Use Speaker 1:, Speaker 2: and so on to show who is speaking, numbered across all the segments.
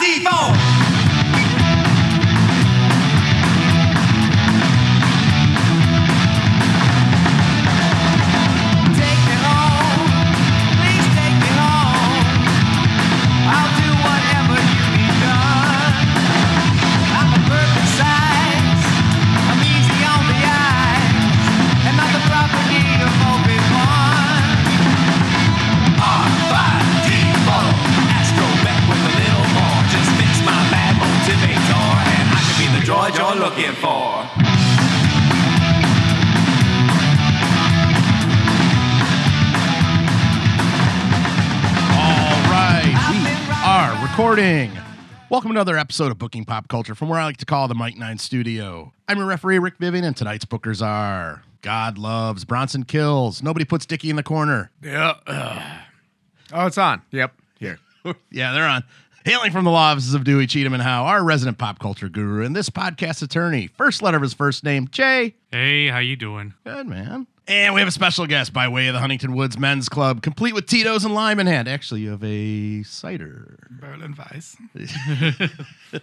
Speaker 1: default. Take me home, please take me home. I'll do whatever you need done. I'm a perfect size, I'm easy on the eyes, and not the property of only one.
Speaker 2: Droid you're looking for.
Speaker 3: All right, we are recording. Welcome to another episode of Booking Pop Culture from where I like to call the Mike Nine Studio. I'm your referee, Rick Vivian, and tonight's bookers are God Loves, Bronson Kills, Nobody Puts Dickie in the Corner.
Speaker 4: Oh, it's on. Yep. Here.
Speaker 3: Yeah, they're on. Hailing from the law offices of Dewey, Cheatham, and Howe, our resident pop culture guru and this podcast attorney, first letter of his first name, Jay.
Speaker 5: Hey, how you doing?
Speaker 3: Good, man. And we have a special guest by way of the Huntington Woods Men's Club, complete with Tito's and lime in hand. Actually, you have a cider.
Speaker 4: Berlin Weiss.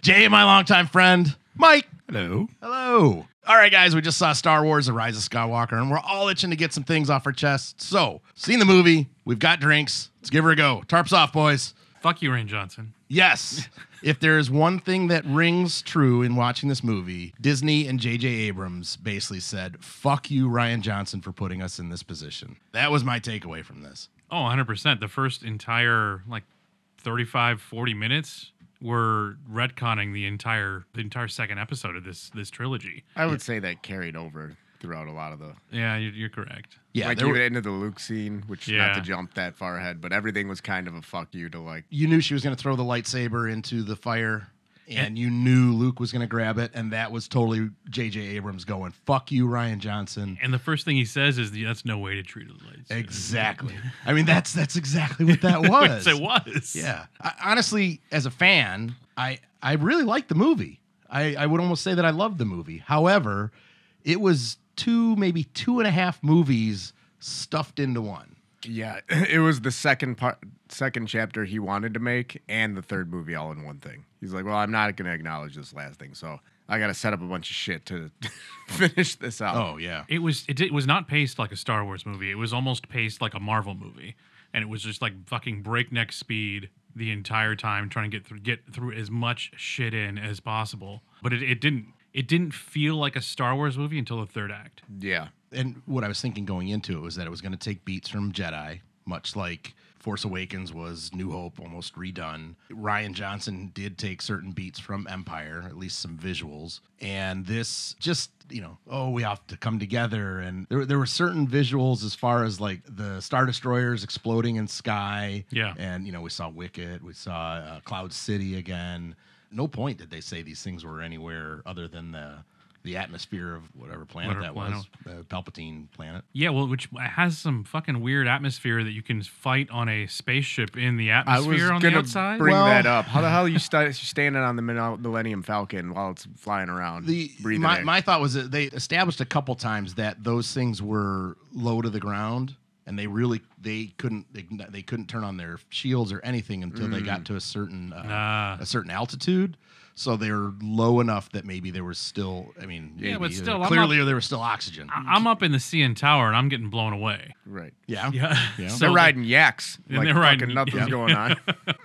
Speaker 3: Jay, my longtime friend, Mike.
Speaker 4: Hello.
Speaker 3: Hello. All right, guys, we just saw Star Wars The Rise of Skywalker, and we're all itching to get some things off our chests. So, seen the movie, we've got drinks. Let's give her a go. Tarps off, boys.
Speaker 5: Fuck you, Rain Johnson.
Speaker 3: Yes. if there is one thing that rings true in watching this movie, Disney and J.J. Abrams basically said, fuck you, Ryan Johnson, for putting us in this position. That was my takeaway from this.
Speaker 5: Oh, 100%. The first entire like 35 40 minutes were retconning the entire the entire second episode of this this trilogy.
Speaker 4: I would say that carried over throughout a lot of the
Speaker 5: Yeah, you're, you're correct.
Speaker 3: Yeah,
Speaker 4: like
Speaker 3: there
Speaker 4: even
Speaker 3: were-
Speaker 4: into the Luke scene, which not
Speaker 5: Yeah.
Speaker 4: to jump that far ahead, but everything was kind of a fuck you to like
Speaker 3: you knew she was going to throw the lightsaber into the fire and you knew Luke was going to grab it and that was totally JJ Abrams going fuck you Ryan Johnson.
Speaker 5: And the first thing he says is that's no way to treat a lights.
Speaker 3: Exactly. I mean that's that's exactly what that was.
Speaker 5: it was.
Speaker 3: Yeah. I, honestly as a fan, I I really liked the movie. I I would almost say that I loved the movie. However, it was two maybe two and a half movies stuffed into one.
Speaker 4: Yeah. It was the second part second chapter he wanted to make and the third movie all in one thing. He's like, Well, I'm not gonna acknowledge this last thing, so I gotta set up a bunch of shit to finish this out.
Speaker 3: Oh yeah.
Speaker 5: It was it, it was not paced like a Star Wars movie. It was almost paced like a Marvel movie. And it was just like fucking breakneck speed the entire time trying to get through get through as much shit in as possible. But it, it didn't it didn't feel like a Star Wars movie until the third act.
Speaker 4: Yeah.
Speaker 3: and what I was thinking going into it was that it was going to take beats from Jedi, much like Force Awakens was New Hope almost redone. Ryan Johnson did take certain beats from Empire, at least some visuals. And this just, you know, oh, we have to come together. And there, there were certain visuals as far as like the Star Destroyers exploding in sky.
Speaker 5: Yeah.
Speaker 3: And, you know, we saw Wicket, we saw uh, Cloud City again. No point did they say these things were anywhere other than the. The atmosphere of whatever planet
Speaker 5: Whatever
Speaker 3: that
Speaker 5: planet.
Speaker 3: was, the Palpatine planet.
Speaker 5: Yeah, well, which has some fucking weird atmosphere that you can fight on a spaceship in the atmosphere on the outside.
Speaker 4: bring
Speaker 3: Well-
Speaker 4: that up. How the hell are you sta- standing on the Min- Millennium Falcon while it's flying around?
Speaker 3: The
Speaker 4: breathing
Speaker 3: my,
Speaker 4: air?
Speaker 3: my thought was that they established a couple times that those things were low to the ground, and they really they couldn't they, they couldn't turn on their shields or anything until they got to a certain uh,
Speaker 5: Ah.
Speaker 3: a certain altitude. So they were low enough that maybe there was still. I mean,
Speaker 5: Yeah, but
Speaker 3: maybe,
Speaker 5: still, I'm
Speaker 3: uh,
Speaker 5: not-
Speaker 3: clearly there was still oxygen.
Speaker 5: I- I'm up in the CN Tower and I'm getting blown away.
Speaker 4: right.
Speaker 3: yeah,
Speaker 5: Yeah.
Speaker 3: Yeah.
Speaker 5: So
Speaker 4: They're
Speaker 5: the-
Speaker 4: riding yaks.
Speaker 5: And
Speaker 4: like
Speaker 5: they're riding-
Speaker 4: fucking nothing's
Speaker 5: yeah.
Speaker 4: going on.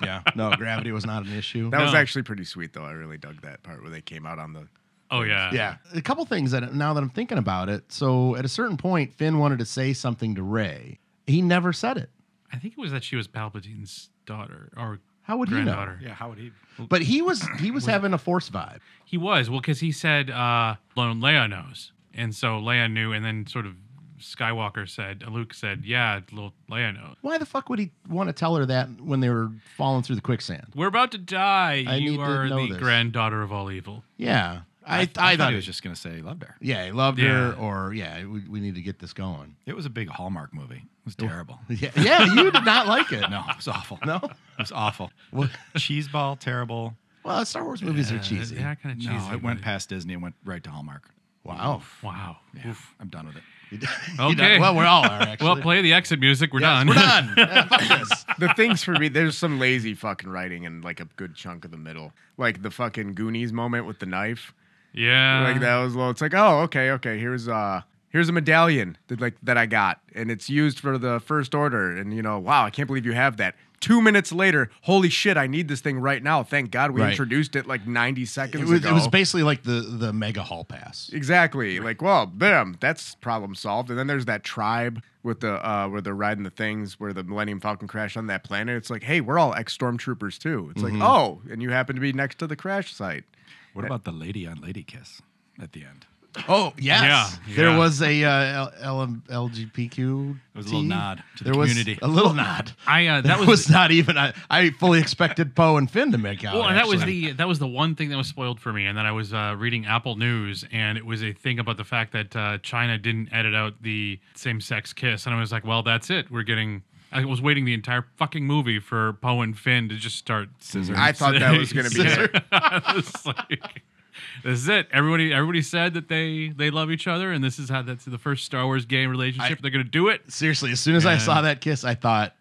Speaker 3: yeah. No, gravity was not an issue.
Speaker 4: That was
Speaker 5: No.
Speaker 4: actually pretty sweet though. I really dug that part where they came out on the
Speaker 5: Oh yeah.
Speaker 3: Yeah. A couple things that now that I'm thinking about it. So at a certain point, Finn wanted to say something to Ray. He never said it.
Speaker 5: I think it was that she was Palpatine's daughter or
Speaker 3: How would he know?
Speaker 5: granddaughter.
Speaker 6: Yeah, how would he?
Speaker 3: But he was he was having a force vibe.
Speaker 5: He was well because he said uh, "Lone Leia knows," and so Leia knew, and then sort of Skywalker said, uh, Luke said, "Yeah, little Leia knows."
Speaker 3: Why the fuck would he want to tell her that when they were falling through the quicksand?
Speaker 5: We're about to die.
Speaker 3: I need
Speaker 5: you
Speaker 3: to
Speaker 5: are
Speaker 3: know
Speaker 5: the
Speaker 3: this.
Speaker 5: granddaughter of all evil.
Speaker 3: Yeah, I I,
Speaker 6: I
Speaker 3: thought
Speaker 6: he was just gonna say he loved her.
Speaker 3: yeah, he loved her,
Speaker 5: Yeah.
Speaker 3: or yeah, we, we need to get this going.
Speaker 6: It was a big Hallmark movie. It was terrible.
Speaker 3: Yeah, yeah, you did not like it.
Speaker 6: No, it was awful.
Speaker 3: no.
Speaker 6: it was awful.
Speaker 3: Well,
Speaker 6: Cheeseball, terrible.
Speaker 3: well, Star Wars movies are
Speaker 5: Uh,
Speaker 3: cheesy.
Speaker 5: Yeah, kind of cheesy.
Speaker 6: no, it went
Speaker 5: but-
Speaker 6: past Disney and went right to Hallmark.
Speaker 3: Wow.
Speaker 5: Wow.
Speaker 6: Yeah, I'm done with it.
Speaker 3: You
Speaker 5: Okay.
Speaker 3: know, well, we're all are actually.
Speaker 5: Well, play the exit music. We're
Speaker 3: Yes,
Speaker 5: done.
Speaker 3: We're done. Yeah, fuck this.
Speaker 4: the things for me, there's some lazy fucking writing in like a good chunk of the middle, like the fucking Goonies moment with the knife.
Speaker 3: Uh-huh.
Speaker 5: Yeah.
Speaker 4: like that was low. It's like, oh, okay, okay. Here's uh, here's a medallion that like that I got, and it's used for the first order. And you know, wow, I can't believe you have that. Two minutes later, holy shit, I need this thing right now. Thank God we
Speaker 3: Right.
Speaker 4: introduced it like 90 seconds
Speaker 3: It was,
Speaker 4: ago.
Speaker 3: it was basically like the the mega hall pass.
Speaker 4: Exactly. Like, well, bam, that's problem solved. And then there's that tribe with the uh where they're riding the things where the Millennium Falcon crashed on that planet. It's like, hey, we're all ex stormtroopers too. It's like, oh, and you happen to be next to the crash site.
Speaker 6: What about the lady on Lady Kiss at the end?
Speaker 3: Oh yes,
Speaker 5: Yeah,
Speaker 3: there
Speaker 5: yeah.
Speaker 3: was a uh, L- L- LGBTQ.
Speaker 6: It was a little nod to the
Speaker 3: there was
Speaker 6: community.
Speaker 3: a little nod.
Speaker 5: I, uh, that
Speaker 3: was,
Speaker 5: was-
Speaker 3: not even. I, I fully expected Poe and Finn to make out.
Speaker 5: Well, and that was
Speaker 3: actually.
Speaker 5: the that was the one thing that was spoiled for me, and then I was uh, reading Apple News, and it was a thing about the fact that uh, China didn't edit out the same sex kiss, and I was like, well, that's it. We're getting. I was waiting the entire fucking movie for Poe and Finn to just start scissoring.
Speaker 4: I thought that was gonna be it.
Speaker 5: It's like, this is it. Everybody, everybody said that they they love each other, and this is how that's the first Star Wars gay relationship.
Speaker 3: I-
Speaker 5: They're gonna do it.
Speaker 3: seriously. As soon as I saw that kiss, I thought,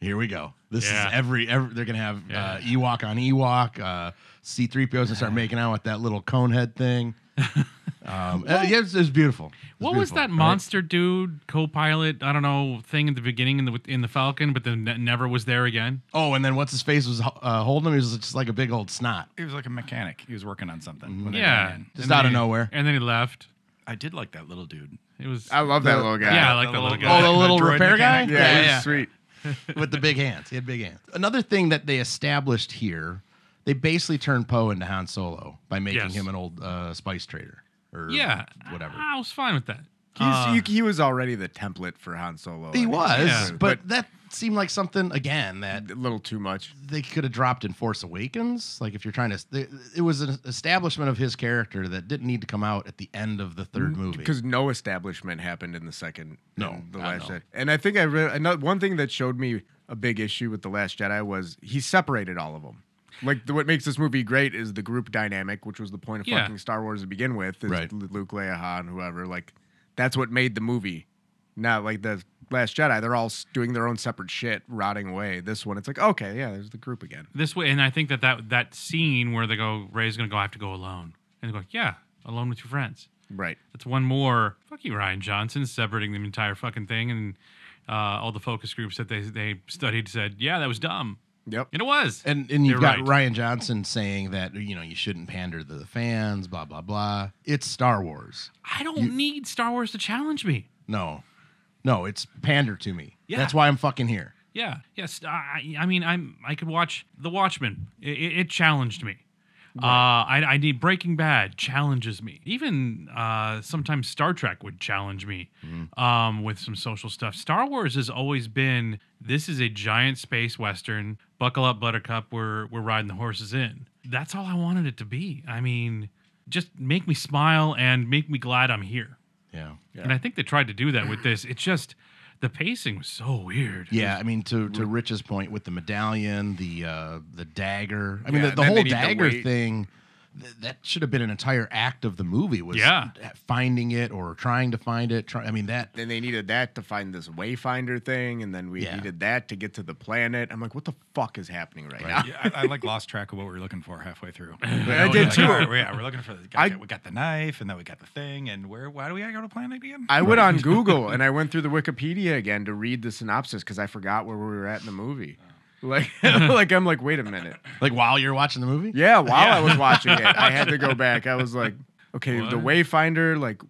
Speaker 3: "Here we go. This
Speaker 5: Yeah.
Speaker 3: is every. every they're gonna have uh,
Speaker 5: Yeah.
Speaker 3: Ewok on Ewok. Uh, C three POs and start making out with that little cone head thing. Um, uh, yeah, it was, it was beautiful. It
Speaker 5: What was
Speaker 3: beautiful,
Speaker 5: that
Speaker 3: right?
Speaker 5: monster dude co-pilot? I don't know thing at the beginning in the in the Falcon, but then ne- never was there again.
Speaker 3: Oh, and then what's his face was uh, holding him. He was just like a big old snot.
Speaker 6: He was like a mechanic. He was working on something. when they
Speaker 5: Yeah,
Speaker 6: ran in.
Speaker 3: Just
Speaker 5: And then
Speaker 3: out of
Speaker 5: he-
Speaker 3: nowhere.
Speaker 5: And then he left.
Speaker 6: I did like that little dude.
Speaker 5: It was
Speaker 4: I love that little guy.
Speaker 5: yeah, I like that
Speaker 6: the
Speaker 5: little
Speaker 6: little
Speaker 5: guy.
Speaker 3: Oh, the little
Speaker 6: droid
Speaker 3: repair
Speaker 6: mechanic.
Speaker 3: guy.
Speaker 4: Yeah, it was sweet.
Speaker 3: with the big hands. He had big hands. Another thing that they established here, they basically turned Poe into Han Solo by making
Speaker 5: Yes.
Speaker 3: him an old uh, spice trader or
Speaker 5: yeah,
Speaker 3: whatever.
Speaker 5: I, I was fine with that.
Speaker 4: He's,
Speaker 5: Uh,
Speaker 4: you- he was already the template for Han Solo.
Speaker 3: He
Speaker 4: I mean,
Speaker 3: was,
Speaker 5: Yeah.
Speaker 3: but, that seemed like something again that
Speaker 4: a little too much.
Speaker 3: they could have dropped in Force Awakens. Like if you're trying to, they- it was an establishment of his character that didn't need to come out at the end of the third movie.
Speaker 4: because no establishment happened in the second.
Speaker 3: No,
Speaker 4: in the
Speaker 3: God,
Speaker 4: last
Speaker 3: no.
Speaker 4: Jedi. And I think I read another one thing that showed me a big issue with the Last Jedi was he separated all of them. Like the, what makes this movie great is the group dynamic, which was the point of
Speaker 5: Yeah.
Speaker 4: fucking Star Wars to begin with. Is
Speaker 3: Right.
Speaker 4: Lu- Luke, Leia, Han, whoever. Like that's what made the movie. Not like the Last Jedi, they're all s- doing their own separate shit, rotting away. This one, it's like okay, yeah, there's the group again.
Speaker 5: this way, and I think that that that scene where they go, Ray's gonna go, I have to go alone, and they go, yeah, alone with your friends.
Speaker 4: Right.
Speaker 5: That's one more. Fuck you, Ryan Johnson, separating the entire fucking thing, and uh, all the focus groups that they they studied said, yeah, that was dumb.
Speaker 4: Yep.
Speaker 5: And it was.
Speaker 3: And and you've
Speaker 5: You're
Speaker 3: got
Speaker 5: right.
Speaker 3: Ryan Johnson saying that you know you shouldn't pander to the fans, blah blah blah. It's Star Wars.
Speaker 5: I don't need Star Wars to challenge me.
Speaker 3: No, no, it's pander to me.
Speaker 5: Yeah.
Speaker 3: That's why I'm fucking here.
Speaker 5: Yeah. Yes. I, I mean, I'm. I could watch The Watchmen. It, it, it challenged me. Uh, I, I need Breaking Bad challenges me. Even uh, sometimes Star Trek would challenge me
Speaker 3: Mm-hmm.
Speaker 5: um, with some social stuff. Star Wars has always been this is a giant space western. Buckle up, Buttercup. We're we're riding the horses in. That's all I wanted it to be. I mean, just make me smile and make me glad I'm here.
Speaker 3: Yeah.
Speaker 5: And I think they tried to do that with this. It's just the pacing was so weird.
Speaker 3: Yeah, I mean to to Rich's point with the medallion, the uh the dagger. I mean the,
Speaker 4: Yeah,
Speaker 3: the
Speaker 4: and then they
Speaker 3: whole
Speaker 4: need to
Speaker 3: dagger
Speaker 4: wait.
Speaker 3: thing th- that should have been an entire act of the movie was
Speaker 5: Yeah.
Speaker 3: finding it or trying to find it. Try, I mean that
Speaker 4: then they needed that to find this wayfinder thing, and then we
Speaker 3: Yeah.
Speaker 4: needed that to get to the planet. I'm like, what the fuck is happening right, now?
Speaker 6: Yeah, I, I like lost track of what we were looking for halfway through.
Speaker 4: I did too.
Speaker 6: Yeah, we're, "Oh, yeah, we're looking for the.
Speaker 4: I-
Speaker 6: we got the knife, and then we got the thing, and where? Why do we gotta go to planet again?
Speaker 4: I went on Google and I went through the Wikipedia again to read the synopsis because I forgot where we were at in the movie. Like, like I'm like, wait a minute.
Speaker 3: like while you're watching the movie?
Speaker 4: Yeah, while I was watching it, I had to go back. I was like, okay, the Wayfinder, like,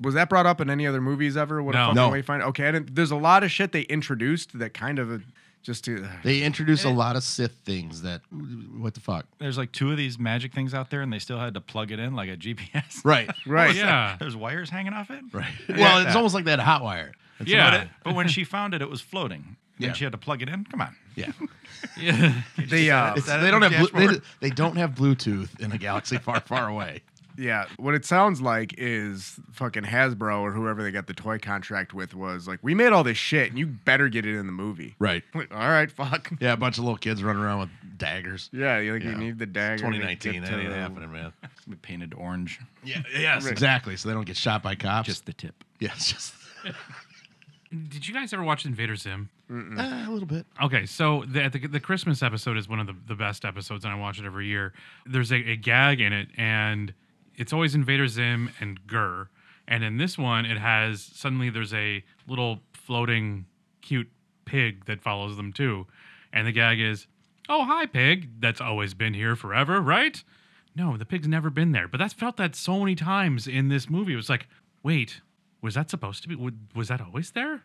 Speaker 4: was that brought up in any other movies ever? What
Speaker 5: No.
Speaker 4: a fucking
Speaker 3: No.
Speaker 4: Wayfinder. Okay, I didn't, there's a lot of shit they introduced that kind of uh, just to.
Speaker 3: They introduce a lot of Sith things that what the fuck?
Speaker 6: There's like two of these magic things out there, and they still had to plug it in like a GPS.
Speaker 3: Right.
Speaker 4: Right.
Speaker 5: Yeah.
Speaker 6: There's wires hanging off it.
Speaker 3: Right.
Speaker 6: Yeah,
Speaker 3: Well, it's
Speaker 6: that.
Speaker 3: almost like that hot wire. It's
Speaker 5: Yeah.
Speaker 6: But, it, but when she found it, it was floating.
Speaker 3: Yeah.
Speaker 6: And she had to plug it in. Come on.
Speaker 3: Yeah.
Speaker 5: yeah.
Speaker 4: They, uh,
Speaker 6: Is that
Speaker 3: they
Speaker 6: in
Speaker 3: don't
Speaker 6: the
Speaker 3: have blu- they,
Speaker 6: dashboard?
Speaker 3: they don't have Bluetooth in a galaxy far far away.
Speaker 4: Yeah, what it sounds like is fucking Hasbro or whoever they got the toy contract with was like, we made all this shit, and you better get it in the movie.
Speaker 3: Right.
Speaker 4: Like, all right, fuck.
Speaker 3: Yeah, a bunch of little kids running around with daggers.
Speaker 4: Yeah, you like
Speaker 3: Yeah.
Speaker 4: you need the dagger. to get
Speaker 3: 2019, that
Speaker 4: to
Speaker 3: ain't
Speaker 4: the-
Speaker 3: happening, man.
Speaker 6: We painted orange.
Speaker 3: Yeah, yes, exactly. So they don't get shot by cops.
Speaker 6: Just the tip.
Speaker 3: yes, just
Speaker 5: did you guys ever watch Invader Zim?
Speaker 3: Uh, a little bit.
Speaker 5: Okay, so the, at the, the Christmas episode is one of the, the best episodes, and I watch it every year. There's a, a gag in it, and it's always Invader Zim and Gurr. And in this one, it has suddenly there's a little floating cute pig that follows them too. And the gag is, oh, hi, pig. That's always been here forever, right? No, the pig's never been there. But that's felt that so many times in this movie. It was like, wait, was that supposed to be? wa- Was that always there?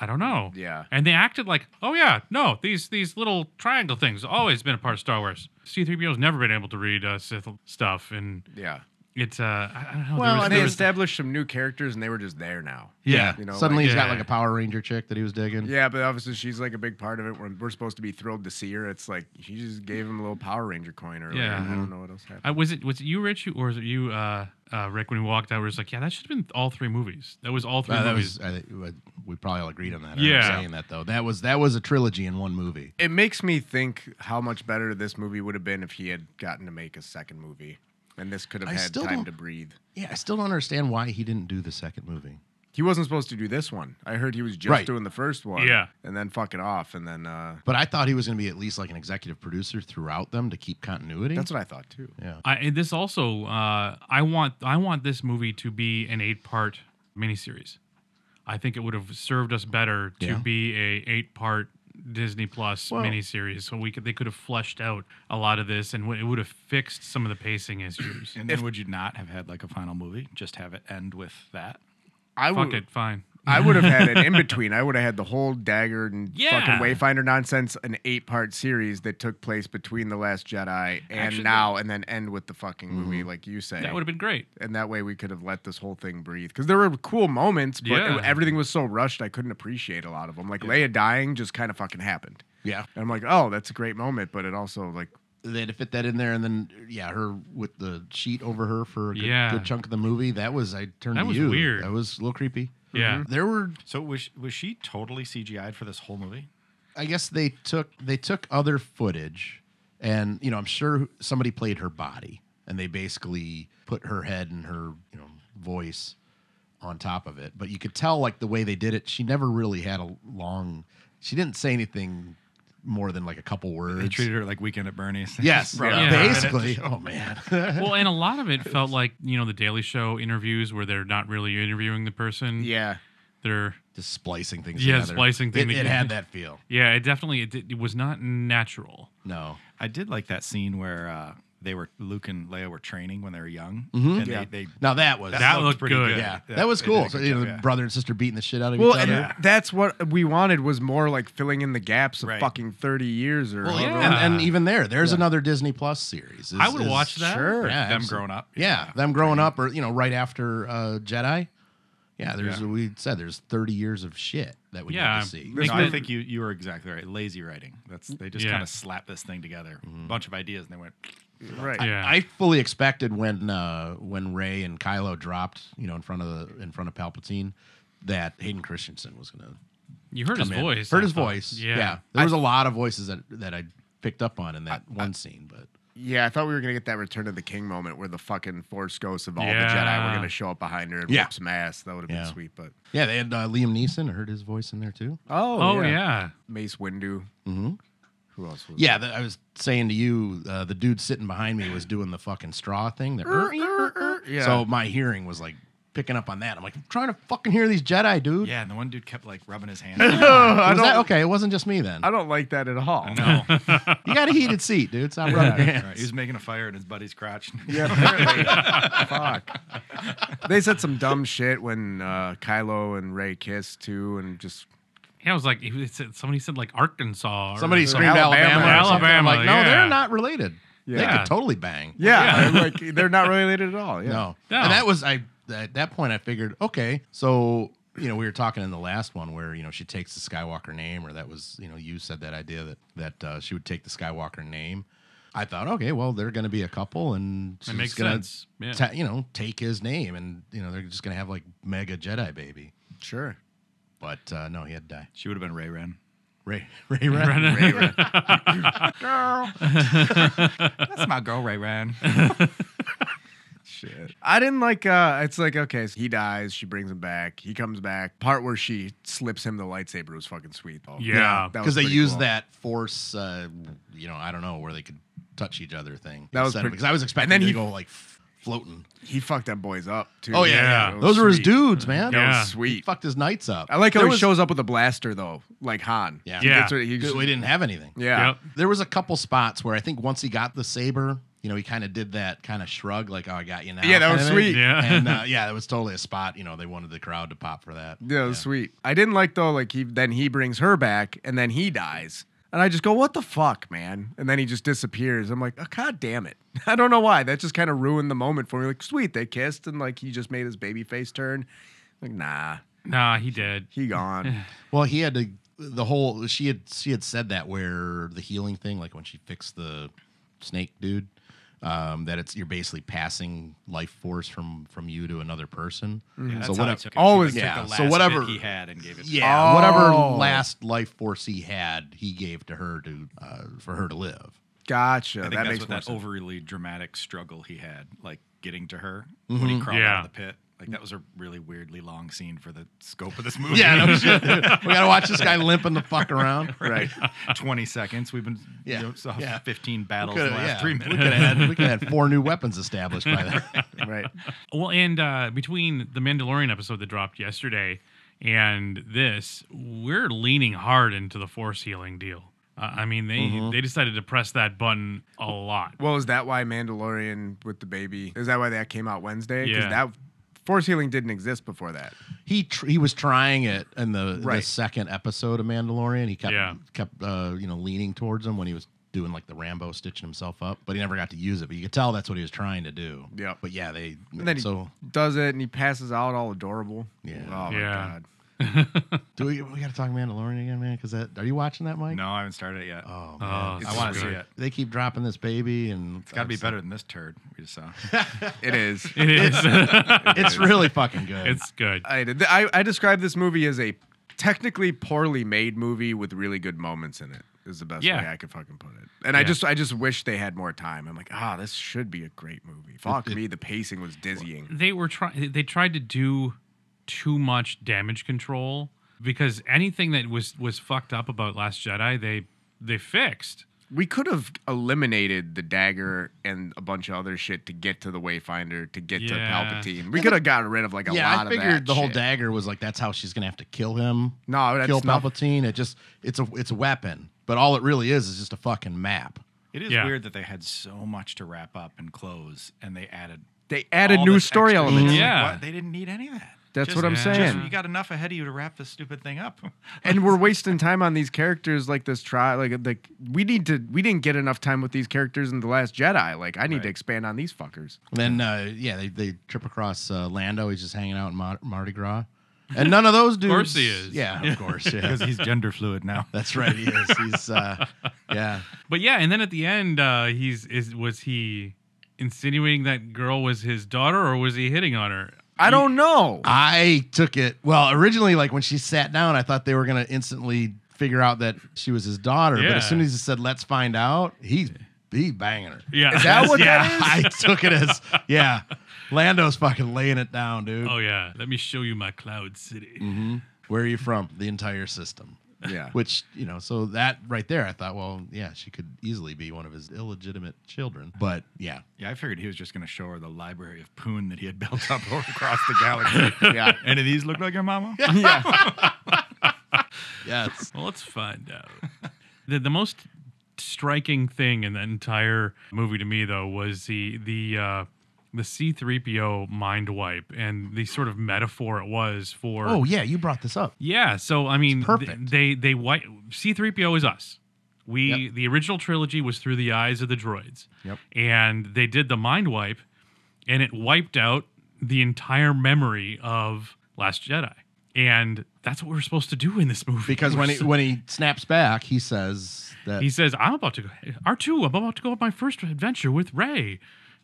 Speaker 5: I don't know.
Speaker 4: Yeah.
Speaker 5: And they acted like, oh yeah, no, these these little triangle things always been a part of Star Wars. C-3PO's never been able to read uh, Sith stuff, and
Speaker 4: Yeah.
Speaker 5: it's uh, I I don't know. there
Speaker 4: Well,
Speaker 5: was-
Speaker 4: and
Speaker 5: there
Speaker 4: they
Speaker 5: was-
Speaker 4: established some new characters, and they were just there now.
Speaker 3: Yeah.
Speaker 4: You know,
Speaker 3: Suddenly
Speaker 5: like-
Speaker 3: he's got
Speaker 5: Yeah.
Speaker 3: like a Power Ranger chick that he was digging.
Speaker 4: Oh, Yeah, but obviously she's like a big part of it. When we're supposed to be thrilled to see her, it's like she just gave him a little Power Ranger coin, or
Speaker 5: Yeah.
Speaker 4: I don't know what else happened.
Speaker 5: I, was it was it you, Rich, or was it you, uh, uh, Rick, when we walked out? We was like, yeah, that should have been all three movies. That was all three
Speaker 3: Uh, that
Speaker 5: movies.
Speaker 3: was I, think we probably all agreed on that. I remember
Speaker 5: Yeah.
Speaker 3: saying that though. That was that was a trilogy in one movie.
Speaker 4: it makes me think how much better this movie would have been if he had gotten to make a second movie, and this could have
Speaker 3: I
Speaker 4: had
Speaker 3: still
Speaker 4: time
Speaker 3: don't-
Speaker 4: to breathe.
Speaker 3: Yeah, I still don't understand why he didn't do the second movie.
Speaker 4: He wasn't supposed to do this one. I heard he was just
Speaker 3: Right.
Speaker 4: doing the first one,
Speaker 5: Yeah.
Speaker 4: and then fuck it off, and then uh,
Speaker 3: But I thought he was going to be at least like an executive producer throughout them to keep continuity.
Speaker 4: that's what I thought too.
Speaker 3: yeah.
Speaker 5: I, and this also, uh, I want I want this movie to be an eight part miniseries. I think it would have served us better to
Speaker 3: Yeah.
Speaker 5: be a eight part Disney Plus
Speaker 3: Well-
Speaker 5: miniseries, so we could they could have fleshed out a lot of this, and it would have fixed some of the pacing issues.
Speaker 6: And then would you not have had like a final movie? Just have it end with that?
Speaker 4: I
Speaker 5: Fuck
Speaker 4: would,
Speaker 5: it, fine.
Speaker 4: I would have had an in between. I would have had the whole dagger and
Speaker 5: Yeah.
Speaker 4: fucking Wayfinder nonsense, an eight part series that took place between The Last Jedi and
Speaker 5: Actually- Mm-hmm.
Speaker 4: now, and then end with the fucking movie, like you say.
Speaker 5: That would have been great.
Speaker 4: and that way we could have let this whole thing breathe. Because there were cool moments, but
Speaker 5: Yeah.
Speaker 4: it- everything was so rushed, I couldn't appreciate a lot of them. Like Leia dying just kind of fucking happened.
Speaker 3: Yeah.
Speaker 4: And I'm like, oh, that's a great moment, but it also, like,
Speaker 3: They had to fit that in there, and then yeah, her with the sheet over her for a good,
Speaker 5: Yeah.
Speaker 3: good chunk of the movie. That was I turned
Speaker 5: That
Speaker 3: to
Speaker 5: was
Speaker 3: you.
Speaker 5: weird.
Speaker 3: That was a little creepy.
Speaker 5: Yeah.
Speaker 3: Mhm. There were
Speaker 6: So was was she totally CGI'd for this whole movie?
Speaker 3: I guess they took they took other footage, and you know I'm sure somebody played her body, and they basically put her head and her you know voice on top of it. But you could tell like the way they did it, she never really had a long. She didn't say anything more than like a couple words.
Speaker 6: They treated her like Weekend at Bernie's.
Speaker 3: yes,
Speaker 6: Brought her
Speaker 5: Yeah.
Speaker 6: up.
Speaker 3: basically. Oh man,
Speaker 5: well, and a lot of it felt like you know the Daily Show interviews where they're not really interviewing the person.
Speaker 4: yeah.
Speaker 5: they're
Speaker 3: just splicing things.
Speaker 5: Yeah,
Speaker 3: together.
Speaker 5: splicing
Speaker 3: It-
Speaker 5: thing
Speaker 3: It,
Speaker 5: together.
Speaker 3: had that feel.
Speaker 5: yeah. It definitely it, did- it was not natural.
Speaker 3: No,
Speaker 6: I did like that scene where uh, they were Luke and Leia were training when they were young, and
Speaker 4: Yeah.
Speaker 6: they, they
Speaker 3: now that was
Speaker 5: That looked good.
Speaker 3: Mm-hmm. yeah, that was
Speaker 6: they did a
Speaker 3: cool.
Speaker 6: good
Speaker 3: So you know,
Speaker 6: job,
Speaker 3: the
Speaker 6: yeah.
Speaker 3: brother and sister beating the shit out of
Speaker 4: Well,
Speaker 3: each
Speaker 4: and
Speaker 3: other.
Speaker 4: that's what we wanted was more like filling in the gaps of
Speaker 6: Right.
Speaker 4: fucking 30 years or
Speaker 3: Well,
Speaker 4: however
Speaker 5: yeah.
Speaker 4: long.
Speaker 3: and, and even there, there's another Disney Plus series. is-
Speaker 5: I would
Speaker 3: is-
Speaker 5: watch that.
Speaker 4: Sure.
Speaker 3: Yeah,
Speaker 6: them
Speaker 3: absolutely.
Speaker 6: growing up.
Speaker 3: Yeah, them growing up, or you know, right after uh, Jedi. Yeah, there's
Speaker 6: Yeah.
Speaker 3: we said there's 30 years of shit that we
Speaker 5: Yeah.
Speaker 3: need to see.
Speaker 5: Make
Speaker 6: No, I
Speaker 5: the-
Speaker 6: think you you were exactly right. Lazy writing. That's they just
Speaker 5: Yeah.
Speaker 6: kind of slapped this thing together,
Speaker 3: Mm-hmm.
Speaker 6: a bunch of ideas, and they went.
Speaker 4: right.
Speaker 5: Yeah.
Speaker 3: I fully expected when uh, when Ray and Kylo dropped, you know, in front of the in front of Palpatine, that Hayden Christensen was gonna
Speaker 5: you heard his
Speaker 3: come in.
Speaker 5: voice.
Speaker 3: Heard
Speaker 5: I
Speaker 3: his
Speaker 5: thought.
Speaker 3: voice.
Speaker 5: Yeah.
Speaker 3: Yeah, there was a lot of voices that that I picked up on in that one scene, but
Speaker 4: Yeah, I thought we were gonna get that Return of the King moment where the fucking Force ghosts of all the Jedi
Speaker 5: Yeah.
Speaker 4: were gonna show up behind her and
Speaker 3: Yeah.
Speaker 4: whoop some ass. That would have been
Speaker 3: Yeah.
Speaker 4: sweet, but
Speaker 3: yeah, they had uh, Liam Neeson. I heard his voice in there too.
Speaker 5: Oh yeah.
Speaker 4: Mace Windu. Mm-hmm. Who else was?
Speaker 3: Yeah, that I was saying to you, uh, the dude sitting behind me was doing the fucking straw thing. The er, er, er.
Speaker 4: Yeah.
Speaker 3: So my hearing was like picking up on that. I'm like, I'm trying to fucking hear these Jedi, dude.
Speaker 6: Yeah, and the one dude kept like rubbing his hand.
Speaker 3: Was that okay? It wasn't just me then.
Speaker 4: I don't like that at all.
Speaker 6: no,
Speaker 3: You got a heated seat, dude. Stop rubbing your hands.
Speaker 6: Right, he was making a fire in his buddy's crotch.
Speaker 4: Yeah, apparently. Fuck. They said some dumb shit when uh, Kylo and Ray kissed too, and just
Speaker 5: Yeah, I was like, he was- said- somebody said like Arkansas. Or
Speaker 3: Somebody screamed Alabama.
Speaker 4: Alabama.
Speaker 3: or something. I'm like, no,
Speaker 5: Alabama, yeah.
Speaker 3: they're not related. They
Speaker 5: Yeah.
Speaker 3: could totally bang.
Speaker 4: yeah, like they're not related at all. Yeah.
Speaker 3: No.
Speaker 5: No.
Speaker 3: And that was I at that point I figured, okay, so you know, we were talking in the last one where, you know, she takes the Skywalker name, or that was, you know, you said that idea that that uh, she would take the Skywalker name. I thought, okay, well, they're going to be a couple, and she's
Speaker 5: makes
Speaker 3: gonna
Speaker 5: sense. Yeah.
Speaker 3: ta- you know, take his name, and you know, they're just going to have like mega Jedi baby.
Speaker 4: Sure.
Speaker 3: But uh, no, he had to die.
Speaker 6: She would have been Ray Ren.
Speaker 3: Ray, Ray, Ren.
Speaker 5: Ren.
Speaker 3: Ray Ren.
Speaker 6: That's my girl, Ray Ren.
Speaker 4: Shit. I didn't like. uh It's like okay, so he dies. She brings him back. He comes back. Part where she slips him the lightsaber was fucking sweet. Though.
Speaker 5: Yeah.
Speaker 4: that was
Speaker 3: because they
Speaker 4: pretty
Speaker 3: use
Speaker 4: cool.
Speaker 3: that force. Uh, you know, I don't know where they could touch each other thing.
Speaker 4: That was
Speaker 3: instead of-
Speaker 4: pretty-
Speaker 3: because I was expecting
Speaker 4: then
Speaker 3: to
Speaker 4: he-
Speaker 3: go like f- floating.
Speaker 4: He fucked them boys up too.
Speaker 3: Oh yeah,
Speaker 5: yeah.
Speaker 3: yeah.
Speaker 4: That was
Speaker 3: those were his
Speaker 4: sweet.
Speaker 3: dudes, man.
Speaker 5: Yeah.
Speaker 3: He
Speaker 4: Sweet.
Speaker 3: fucked his knights up.
Speaker 4: I like how
Speaker 3: There
Speaker 4: he
Speaker 3: was-
Speaker 4: shows up with a blaster though, like Han.
Speaker 3: Yeah.
Speaker 4: He
Speaker 5: Yeah.
Speaker 4: gets what he-
Speaker 3: We didn't have anything.
Speaker 4: yeah.
Speaker 5: Yep.
Speaker 3: There was a couple spots where I think once he got the saber, you know, he kind of did that kind of shrug, like "Oh, I got you now."
Speaker 4: Yeah, that
Speaker 3: kinda
Speaker 4: was
Speaker 3: thing.
Speaker 4: sweet.
Speaker 5: Yeah.
Speaker 3: and uh, yeah, that was totally a spot. You know, they wanted the crowd to pop for that.
Speaker 4: Yeah, it was sweet. I didn't like though, like he then he brings her back and then he dies. And I just go, what the fuck, man? And then he just disappears. I'm like, oh, god damn it. I don't know why. That just kind of ruined the moment for me. Like, sweet, they kissed and like he just made his baby face turn. Like, nah,
Speaker 5: Nah, he did.
Speaker 4: he gone.
Speaker 3: Well, he had to the whole she had she had said that where the healing thing, like when she fixed the snake dude, um, that it's you're basically passing life force from from you to another person. so
Speaker 6: That's how I
Speaker 3: whatever,
Speaker 6: took it. She
Speaker 4: always-
Speaker 6: took
Speaker 3: yeah,
Speaker 6: the
Speaker 3: so
Speaker 6: last bit
Speaker 3: whatever-
Speaker 6: he had and gave it. to
Speaker 3: yeah,
Speaker 4: Oh.
Speaker 3: whatever last life force he had, he gave to her to uh, for her to live.
Speaker 4: Gotcha.
Speaker 6: I think
Speaker 4: That
Speaker 6: that's
Speaker 4: makes
Speaker 6: what
Speaker 4: more
Speaker 6: that
Speaker 4: sense.
Speaker 6: overly dramatic struggle he had, like getting to her when he crawled
Speaker 5: Yeah.
Speaker 6: out of the pit. Like that was a really weirdly long scene for the scope of this movie.
Speaker 3: Yeah, no shit. dude. we gotta watch this guy limping the fuck around.
Speaker 4: right.
Speaker 6: twenty seconds. We've been
Speaker 3: Yeah.
Speaker 6: yeah, you know, saw
Speaker 3: Yeah.
Speaker 6: fifteen battles in
Speaker 3: Coulda-
Speaker 6: the last
Speaker 3: yeah,
Speaker 6: three
Speaker 3: We could
Speaker 6: minutes.
Speaker 3: have had, we coulda had four new weapons established by that.
Speaker 4: Right.
Speaker 5: Well, and uh, between the Mandalorian episode that dropped yesterday and this, we're leaning hard into the force healing deal. Uh, I mean, they they decided to press that button a lot.
Speaker 4: Well, is that why Mandalorian with the baby? Is that why that came out Wednesday? Because
Speaker 5: Yeah.
Speaker 4: that force healing didn't exist before that.
Speaker 3: he tr- he was trying it in the, the
Speaker 4: Right.
Speaker 3: second episode of Mandalorian. He kept
Speaker 5: Yeah.
Speaker 3: kept uh, you know leaning towards him when he was doing like the Rambo stitching himself up, but he never got to use it. But you could tell that's what he was trying to do.
Speaker 4: Yep.
Speaker 3: But yeah, they
Speaker 4: And then he
Speaker 3: so
Speaker 4: does it and he passes out all adorable.
Speaker 3: Yeah.
Speaker 4: Oh my
Speaker 5: Yeah.
Speaker 4: god.
Speaker 3: do we, we got to talk Mandalorian again, man? Because that are you watching that, Mike?
Speaker 6: no, I haven't started it yet.
Speaker 3: Oh man,
Speaker 5: Oh,
Speaker 6: I
Speaker 5: so
Speaker 6: want to see
Speaker 5: good.
Speaker 6: it.
Speaker 3: they keep dropping this baby, and
Speaker 6: It's got to be better than this turd we just saw.
Speaker 4: It is.
Speaker 5: It is.
Speaker 3: It's really fucking good.
Speaker 5: it's good.
Speaker 4: I, did- I I describe this movie as a technically poorly made movie with really good moments in it. Is the best
Speaker 5: Yeah.
Speaker 4: way I could fucking put it. And I
Speaker 5: Yeah.
Speaker 4: just I just wish they had more time. I'm like, ah, this should be a great movie. Fuck me, the pacing was dizzying.
Speaker 5: they were trying they tried to do too much damage control because anything that was was fucked up about last jedi they they fixed
Speaker 4: We could have eliminated the dagger and a bunch of other shit to get to the Wayfinder to get to
Speaker 5: Yeah.
Speaker 4: Palpatine. We could have gotten rid of like a
Speaker 3: yeah,
Speaker 4: lot
Speaker 3: I
Speaker 4: of that.
Speaker 3: figured the whole
Speaker 4: shit.
Speaker 3: dagger was like that's how she's gonna have to kill him.
Speaker 4: No, that's
Speaker 3: kill
Speaker 4: not-
Speaker 3: Palpatine. It just it's a it's a weapon, but all it really is is just a fucking map.
Speaker 6: It is
Speaker 5: Yeah.
Speaker 6: weird that they had so much to wrap up and close, and they added
Speaker 4: They added
Speaker 6: all
Speaker 4: new
Speaker 6: this
Speaker 4: story
Speaker 6: extra-
Speaker 4: elements.
Speaker 6: It's like,
Speaker 5: Yeah.
Speaker 6: what? they didn't need any of that.
Speaker 4: That's
Speaker 6: Just-
Speaker 4: what I'm
Speaker 5: Yeah.
Speaker 4: saying.
Speaker 6: Just, you got enough ahead of you to wrap this stupid thing up.
Speaker 4: and we're wasting time on these characters like this try like like we need to we didn't get enough time with these characters in the last jedi like i need to expand on these fuckers
Speaker 3: Then uh, yeah, they, they trip across uh, Lando. He's just hanging out in Mar- Mardi Gras, and none of those dudes.
Speaker 5: course he is.
Speaker 3: Yeah, of course. Yeah,
Speaker 6: he's gender fluid now.
Speaker 3: that's right. He is. He's uh, yeah.
Speaker 5: but yeah and then at the end uh he's is was he insinuating that girl was his daughter or was he hitting on her
Speaker 4: i don't know
Speaker 3: I took it well originally. Like when she sat down, I thought they were gonna instantly figure out that she was his daughter. But
Speaker 5: Yeah.
Speaker 3: as soon as he said, "Let's find out," he's he banging her.
Speaker 5: yeah
Speaker 4: Is that what
Speaker 5: yeah.
Speaker 4: that is?
Speaker 3: I took it as yeah. Lando's fucking laying it down, dude.
Speaker 5: oh yeah let me show you my cloud city
Speaker 3: Where are you from? The entire system.
Speaker 4: yeah
Speaker 3: Which, you know, so that right there, I thought, well, yeah, she could easily be one of his illegitimate children. But yeah.
Speaker 6: Yeah, I figured he was just going to show her the library of poon that he had built up over across the galaxy.
Speaker 4: yeah
Speaker 6: Any of these look like your mama?
Speaker 3: Yes.
Speaker 5: Well, let's find out. the, the most striking thing in the entire movie to me, though, was the the uh, the C three PO mind wipe and the sort of metaphor it was for.
Speaker 3: Oh, yeah, you brought this up.
Speaker 5: yeah. So I mean,
Speaker 3: perfect.
Speaker 5: th- they they wipe C three PO is us. We
Speaker 3: Yep.
Speaker 5: the original trilogy was through the eyes of the droids.
Speaker 3: Yep.
Speaker 5: And they did the mind wipe, and it wiped out the entire memory of Last Jedi. And that's what we're supposed to do in this movie.
Speaker 3: Because
Speaker 5: We're
Speaker 3: when he when he snaps back, he says that
Speaker 5: he says, "I'm about to go R2. I'm about to go on my first adventure with Ray,"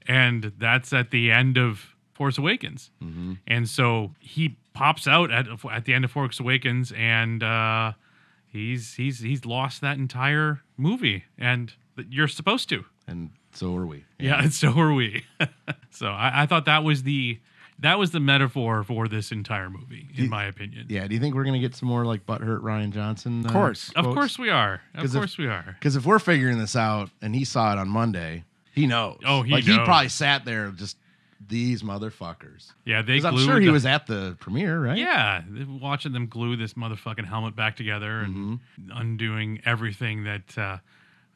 Speaker 5: and that's at the end of Force Awakens.
Speaker 3: Mm-hmm.
Speaker 5: And so he pops out at at the end of Force Awakens, and uh, he's he's he's lost that entire movie, and you're supposed to.
Speaker 3: and So are we.
Speaker 5: Yeah, and so are we. so I, I thought that was the that was the metaphor for this entire movie, in my opinion.
Speaker 3: Yeah. Do you think we're gonna get some more like butthurt Ryan Johnson? Of
Speaker 4: course.
Speaker 5: Of course we are. Of
Speaker 3: 'Cause if-
Speaker 5: course we are.
Speaker 3: Because if we're figuring this out and he saw it on Monday, he knows.
Speaker 5: Oh, he
Speaker 3: like he
Speaker 5: knows.
Speaker 3: probably sat there just these motherfuckers.
Speaker 5: Yeah, they.
Speaker 3: Because I'm
Speaker 5: glued
Speaker 3: sure he
Speaker 5: the-
Speaker 3: was at the premiere, right?
Speaker 5: Yeah, they- watching them glue this motherfucking helmet back together and undoing everything that uh,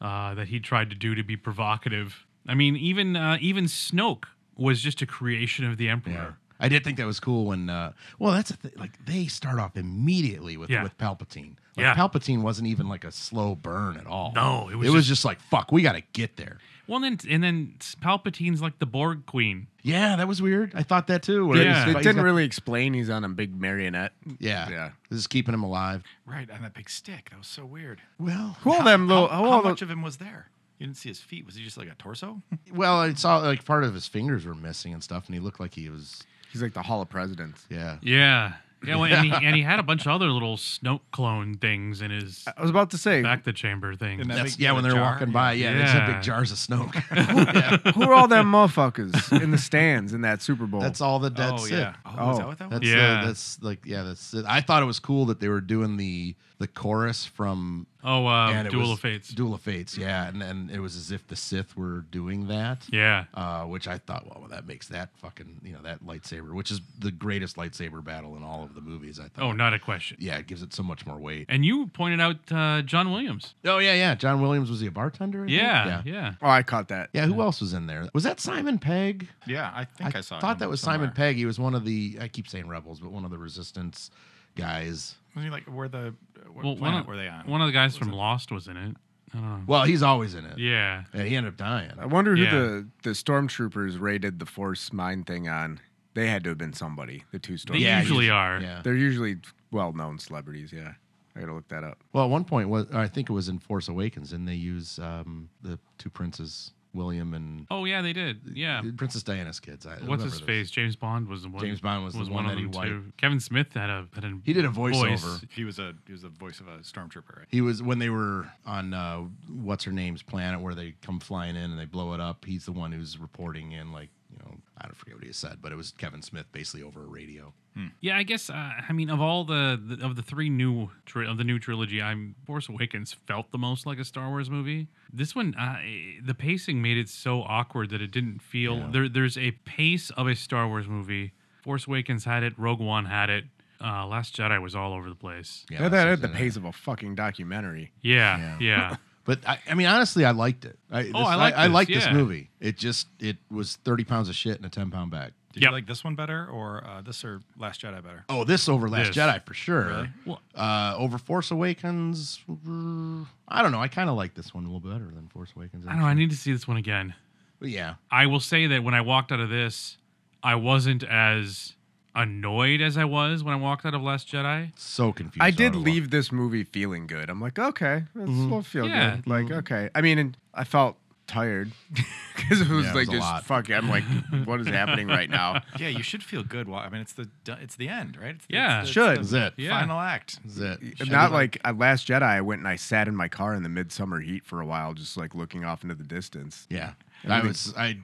Speaker 5: uh, that he tried to do to be provocative. I mean, even uh, even Snoke was just a creation of the Emperor.
Speaker 3: Yeah. I did think that was cool when. Uh, well, that's a th- like they start off immediately with
Speaker 5: Yeah.
Speaker 3: with Palpatine. Like,
Speaker 5: Yeah.
Speaker 3: Palpatine wasn't even like a slow burn at all.
Speaker 5: No, Oh, it was
Speaker 3: it was just like fuck. We got to get there.
Speaker 5: Well, then and then Palpatine's like the Borg Queen.
Speaker 3: Yeah, that was weird. I thought that too. where
Speaker 5: Yeah.
Speaker 3: he's-
Speaker 4: They
Speaker 3: he's
Speaker 4: didn't
Speaker 3: got-
Speaker 4: really explain he's on a big marionette.
Speaker 3: Yeah,
Speaker 4: Yeah.
Speaker 3: This is keeping him alive.
Speaker 6: Right on that big stick. That was so weird.
Speaker 3: Oh, Well,
Speaker 4: Who all them
Speaker 6: How,
Speaker 4: little?
Speaker 6: how
Speaker 4: who all the-
Speaker 6: much of him was there? You didn't see his feet. Was he just like a torso? Oh,
Speaker 3: well, I saw like part of his fingers were missing and stuff, and he looked like he was.
Speaker 4: he's like the Hall of Presidents.
Speaker 3: Yeah,
Speaker 5: Yeah. Yeah, well, and, he, and he had a bunch of other little Snoke clone things in his
Speaker 4: I was about to say,
Speaker 5: back the chamber thing.
Speaker 6: And that-
Speaker 3: That's,
Speaker 6: big-
Speaker 3: yeah, when
Speaker 6: the
Speaker 3: they're
Speaker 6: jar?
Speaker 3: walking by, yeah, they just have big
Speaker 5: Yeah.
Speaker 3: jars of Snoke.
Speaker 4: who are all them motherfuckers in the stands in that Super Bowl?
Speaker 3: that's all the dead Sith.
Speaker 6: Oh,
Speaker 4: Oh,
Speaker 6: is that what that was?
Speaker 3: That's
Speaker 5: Yeah.
Speaker 3: uh, that's like yeah, that's. It. I thought it was cool that they were doing the the chorus from
Speaker 5: oh, uh,
Speaker 3: and it
Speaker 5: Duel
Speaker 3: was-
Speaker 5: of Fates.
Speaker 3: Duel of Fates, yeah, and and it was as if the Sith were doing that.
Speaker 5: yeah.
Speaker 3: Uh, which I thought, well, that makes that fucking you know that lightsaber, which is the greatest lightsaber battle in all of the movies. I thought.
Speaker 5: Oh, not a question.
Speaker 3: yeah, it gives it so much more weight.
Speaker 5: And you pointed out uh, John Williams.
Speaker 3: Oh yeah, yeah. John Williams was he a bartender? I think?
Speaker 5: Yeah, yeah.
Speaker 4: oh, I caught that.
Speaker 3: Yeah, who else was in there? Was that Simon Pegg?
Speaker 6: Yeah, I think I, saw.
Speaker 3: thought
Speaker 6: him
Speaker 3: that was
Speaker 6: somewhere.
Speaker 3: Simon Pegg. He was one of the I keep saying rebels, but one of the resistance guys.
Speaker 6: Wasn't he like where the what
Speaker 5: Well, one
Speaker 6: planet
Speaker 5: of,
Speaker 6: were they on?
Speaker 5: One of the guys from Lost was in it. I don't know.
Speaker 3: Well, he's always in it.
Speaker 5: Yeah.
Speaker 3: And he ended up dying.
Speaker 4: I wonder who
Speaker 5: Yeah.
Speaker 4: the the stormtroopers raided the Force Mind thing on. They had to have been somebody. The two
Speaker 5: They
Speaker 4: stormtroopers.
Speaker 3: Yeah,
Speaker 5: usually
Speaker 3: he's-
Speaker 5: are.
Speaker 3: Yeah.
Speaker 4: They're usually well-known celebrities. Yeah, I gotta look that up.
Speaker 3: Well, at one point was I think it was in Force Awakens and they use um, the two princes, William and
Speaker 5: Oh, yeah, they did. Yeah.
Speaker 3: Princess Diana's kids. I
Speaker 5: What's
Speaker 3: remember
Speaker 5: his
Speaker 3: this.
Speaker 5: face? James Bond was the one.
Speaker 3: James Bond was the one that he
Speaker 5: them,
Speaker 3: wiped.
Speaker 5: too. Kevin Smith had a had a
Speaker 3: He did a
Speaker 5: voice.
Speaker 3: voiceover.
Speaker 6: he was a he was the voice of a stormtrooper. Right?
Speaker 3: He was when they were on uh, what's her name's planet where they come flying in and they blow it up. He's the one who's reporting in, like you know, I don't forget what he said, but it was Kevin Smith basically over a radio.
Speaker 5: Yeah, I guess uh, I mean of all the, the of the three new tri- of the new trilogy, I'm Force Awakens felt the most like a Star Wars movie. This one, uh, the pacing made it so awkward that it didn't feel there. There's a pace of a Star Wars movie. Force Awakens had it. Rogue One had it. Uh, Last Jedi was all over the place.
Speaker 3: Yeah,
Speaker 4: Yeah, that
Speaker 3: that's-
Speaker 4: at the pace of a fucking documentary.
Speaker 5: Yeah, yeah.
Speaker 3: But I, I mean, honestly, I liked it. I, this,
Speaker 5: I
Speaker 3: I,
Speaker 5: like
Speaker 3: I
Speaker 5: this,
Speaker 3: liked
Speaker 5: yeah.
Speaker 3: this movie. It just it was thirty pounds of shit in a ten pound bag.
Speaker 6: Did
Speaker 5: Yep.
Speaker 6: you like this one better or uh, this or Last Jedi better?
Speaker 3: Oh, this over Last
Speaker 5: This.
Speaker 3: Jedi for sure.
Speaker 5: Well,
Speaker 3: Uh, over Force Awakens, mm, I don't know. I kind of like this one a little better than Force Awakens.
Speaker 5: I don't. know. I need to see this one again.
Speaker 3: But yeah,
Speaker 5: I will say that when I walked out of this, I wasn't as annoyed as I was when I walked out of Last Jedi.
Speaker 3: so confused.
Speaker 4: I
Speaker 3: how
Speaker 4: did
Speaker 3: to walk.
Speaker 4: leave this movie feeling good. I'm like, okay, this will feel
Speaker 5: Yeah.
Speaker 4: good. Like, okay. I mean, and I felt tired because it was
Speaker 3: Yeah, it
Speaker 4: like
Speaker 3: was a lot.
Speaker 4: just fuck. I'm like, what is happening right now?
Speaker 6: Yeah, you should feel good. Well, I mean, it's the it's the end, right? It's the,
Speaker 5: Yeah.
Speaker 6: it's the,
Speaker 4: Should.
Speaker 6: it's
Speaker 3: That's
Speaker 6: the
Speaker 3: it.
Speaker 5: Yeah.
Speaker 6: final act.
Speaker 3: That's it.
Speaker 4: And Not like at Last Jedi, I went and I sat in my car in the midsummer heat for a while, just like looking off into the distance.
Speaker 3: Yeah, I was. I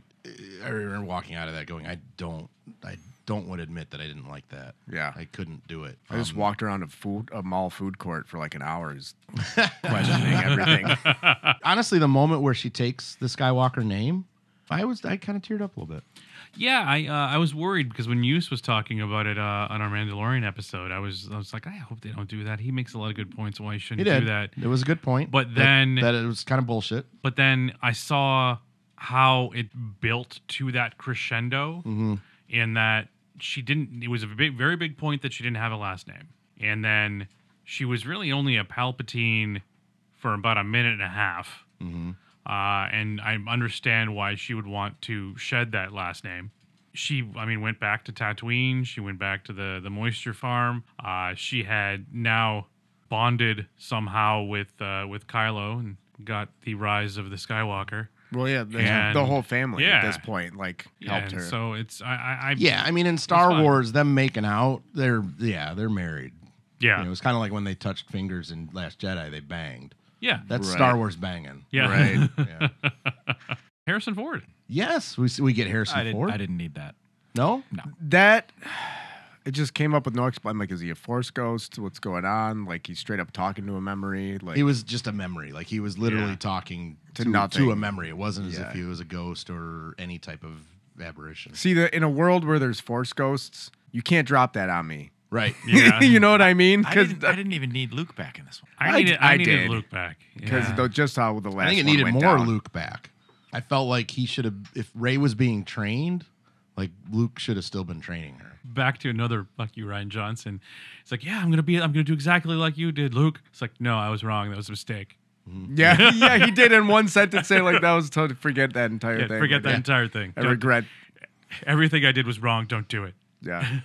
Speaker 3: I remember walking out of that going, I don't, I don't want to admit that I didn't like that.
Speaker 4: Yeah.
Speaker 3: I couldn't do it.
Speaker 4: I just
Speaker 3: Um,
Speaker 4: walked around a food a mall food court for like an hour, just questioning everything.
Speaker 3: honestly, the moment where she takes the Skywalker name, I was, I kind of teared up a little bit.
Speaker 5: Yeah, I uh, I was worried because when Yus was talking about it uh, on our Mandalorian episode, I was I was like, I hope they don't do that. He makes a lot of good points why you
Speaker 3: He
Speaker 5: shouldn't
Speaker 3: did.
Speaker 5: do that.
Speaker 3: It was a good point,
Speaker 5: But
Speaker 3: that-
Speaker 5: then-
Speaker 3: that, it was kind of bullshit.
Speaker 5: But then I saw how it built to that crescendo, in that she didn't. It was a big, very big point that she didn't have a last name, and then she was really only a Palpatine for about a minute and a half. Uh, and I understand why she would want to shed that last name. She, I mean, went back to Tatooine. She went back to the the moisture farm. Uh, she had now bonded somehow with uh, with Kylo and got the rise of the Skywalker.
Speaker 4: Well, yeah, the,
Speaker 5: And-
Speaker 4: the whole family at
Speaker 5: yeah.
Speaker 4: this point like helped
Speaker 5: and
Speaker 4: her.
Speaker 5: So it's I I, I
Speaker 3: Yeah, I mean, in Star
Speaker 5: fine.
Speaker 3: Wars, them making out, they're yeah, they're married.
Speaker 5: yeah
Speaker 3: You know, it was kind of like when they touched fingers in Last Jedi, they banged.
Speaker 5: yeah
Speaker 3: That's
Speaker 4: Right.
Speaker 3: Star Wars banging.
Speaker 5: yeah
Speaker 4: Right.
Speaker 3: Yeah.
Speaker 5: Harrison Ford.
Speaker 3: Yes, we, s- we get Harrison
Speaker 6: I, did,
Speaker 3: Ford.
Speaker 6: I didn't need that.
Speaker 3: No,
Speaker 4: That it just came up with no explanation. Like, is he a force ghost? What's going on? Like, he's straight up talking to a memory. Like,
Speaker 3: he was just a memory. Like he was literally
Speaker 5: Yeah.
Speaker 3: talking
Speaker 4: To
Speaker 3: to,
Speaker 4: nothing.
Speaker 3: to a memory. It wasn't as
Speaker 4: Yeah.
Speaker 3: if he was a ghost or any type of aberration.
Speaker 4: see that in a world where there's force ghosts, you can't drop that on me.
Speaker 3: Right.
Speaker 5: Yeah.
Speaker 4: you know what I mean?
Speaker 6: I
Speaker 4: Because
Speaker 6: didn't, I didn't even need Luke back in this one.
Speaker 5: I
Speaker 4: I-
Speaker 5: needed, I
Speaker 4: I
Speaker 5: needed
Speaker 4: did.
Speaker 5: Luke back.
Speaker 4: because
Speaker 5: Yeah.
Speaker 4: just how the
Speaker 3: I
Speaker 4: last
Speaker 3: think it
Speaker 4: one
Speaker 3: needed
Speaker 4: went
Speaker 3: more
Speaker 4: down.
Speaker 3: Luke back. I felt like he should have. If Ray was being trained, like Luke should have still been training her.
Speaker 5: back to another fuck you, Ryan Johnson. It's like, yeah, I'm gonna be, I'm gonna do exactly like you did, Luke. It's like, no, I was wrong. That was a mistake.
Speaker 4: Yeah, yeah, he did in one sentence say like that was to forget that entire
Speaker 5: Yeah,
Speaker 4: thing.
Speaker 5: forget that
Speaker 4: Like,
Speaker 5: entire thing.
Speaker 4: I
Speaker 5: Don't-
Speaker 4: regret.
Speaker 5: Everything I did was wrong. Don't do it.
Speaker 4: Yeah,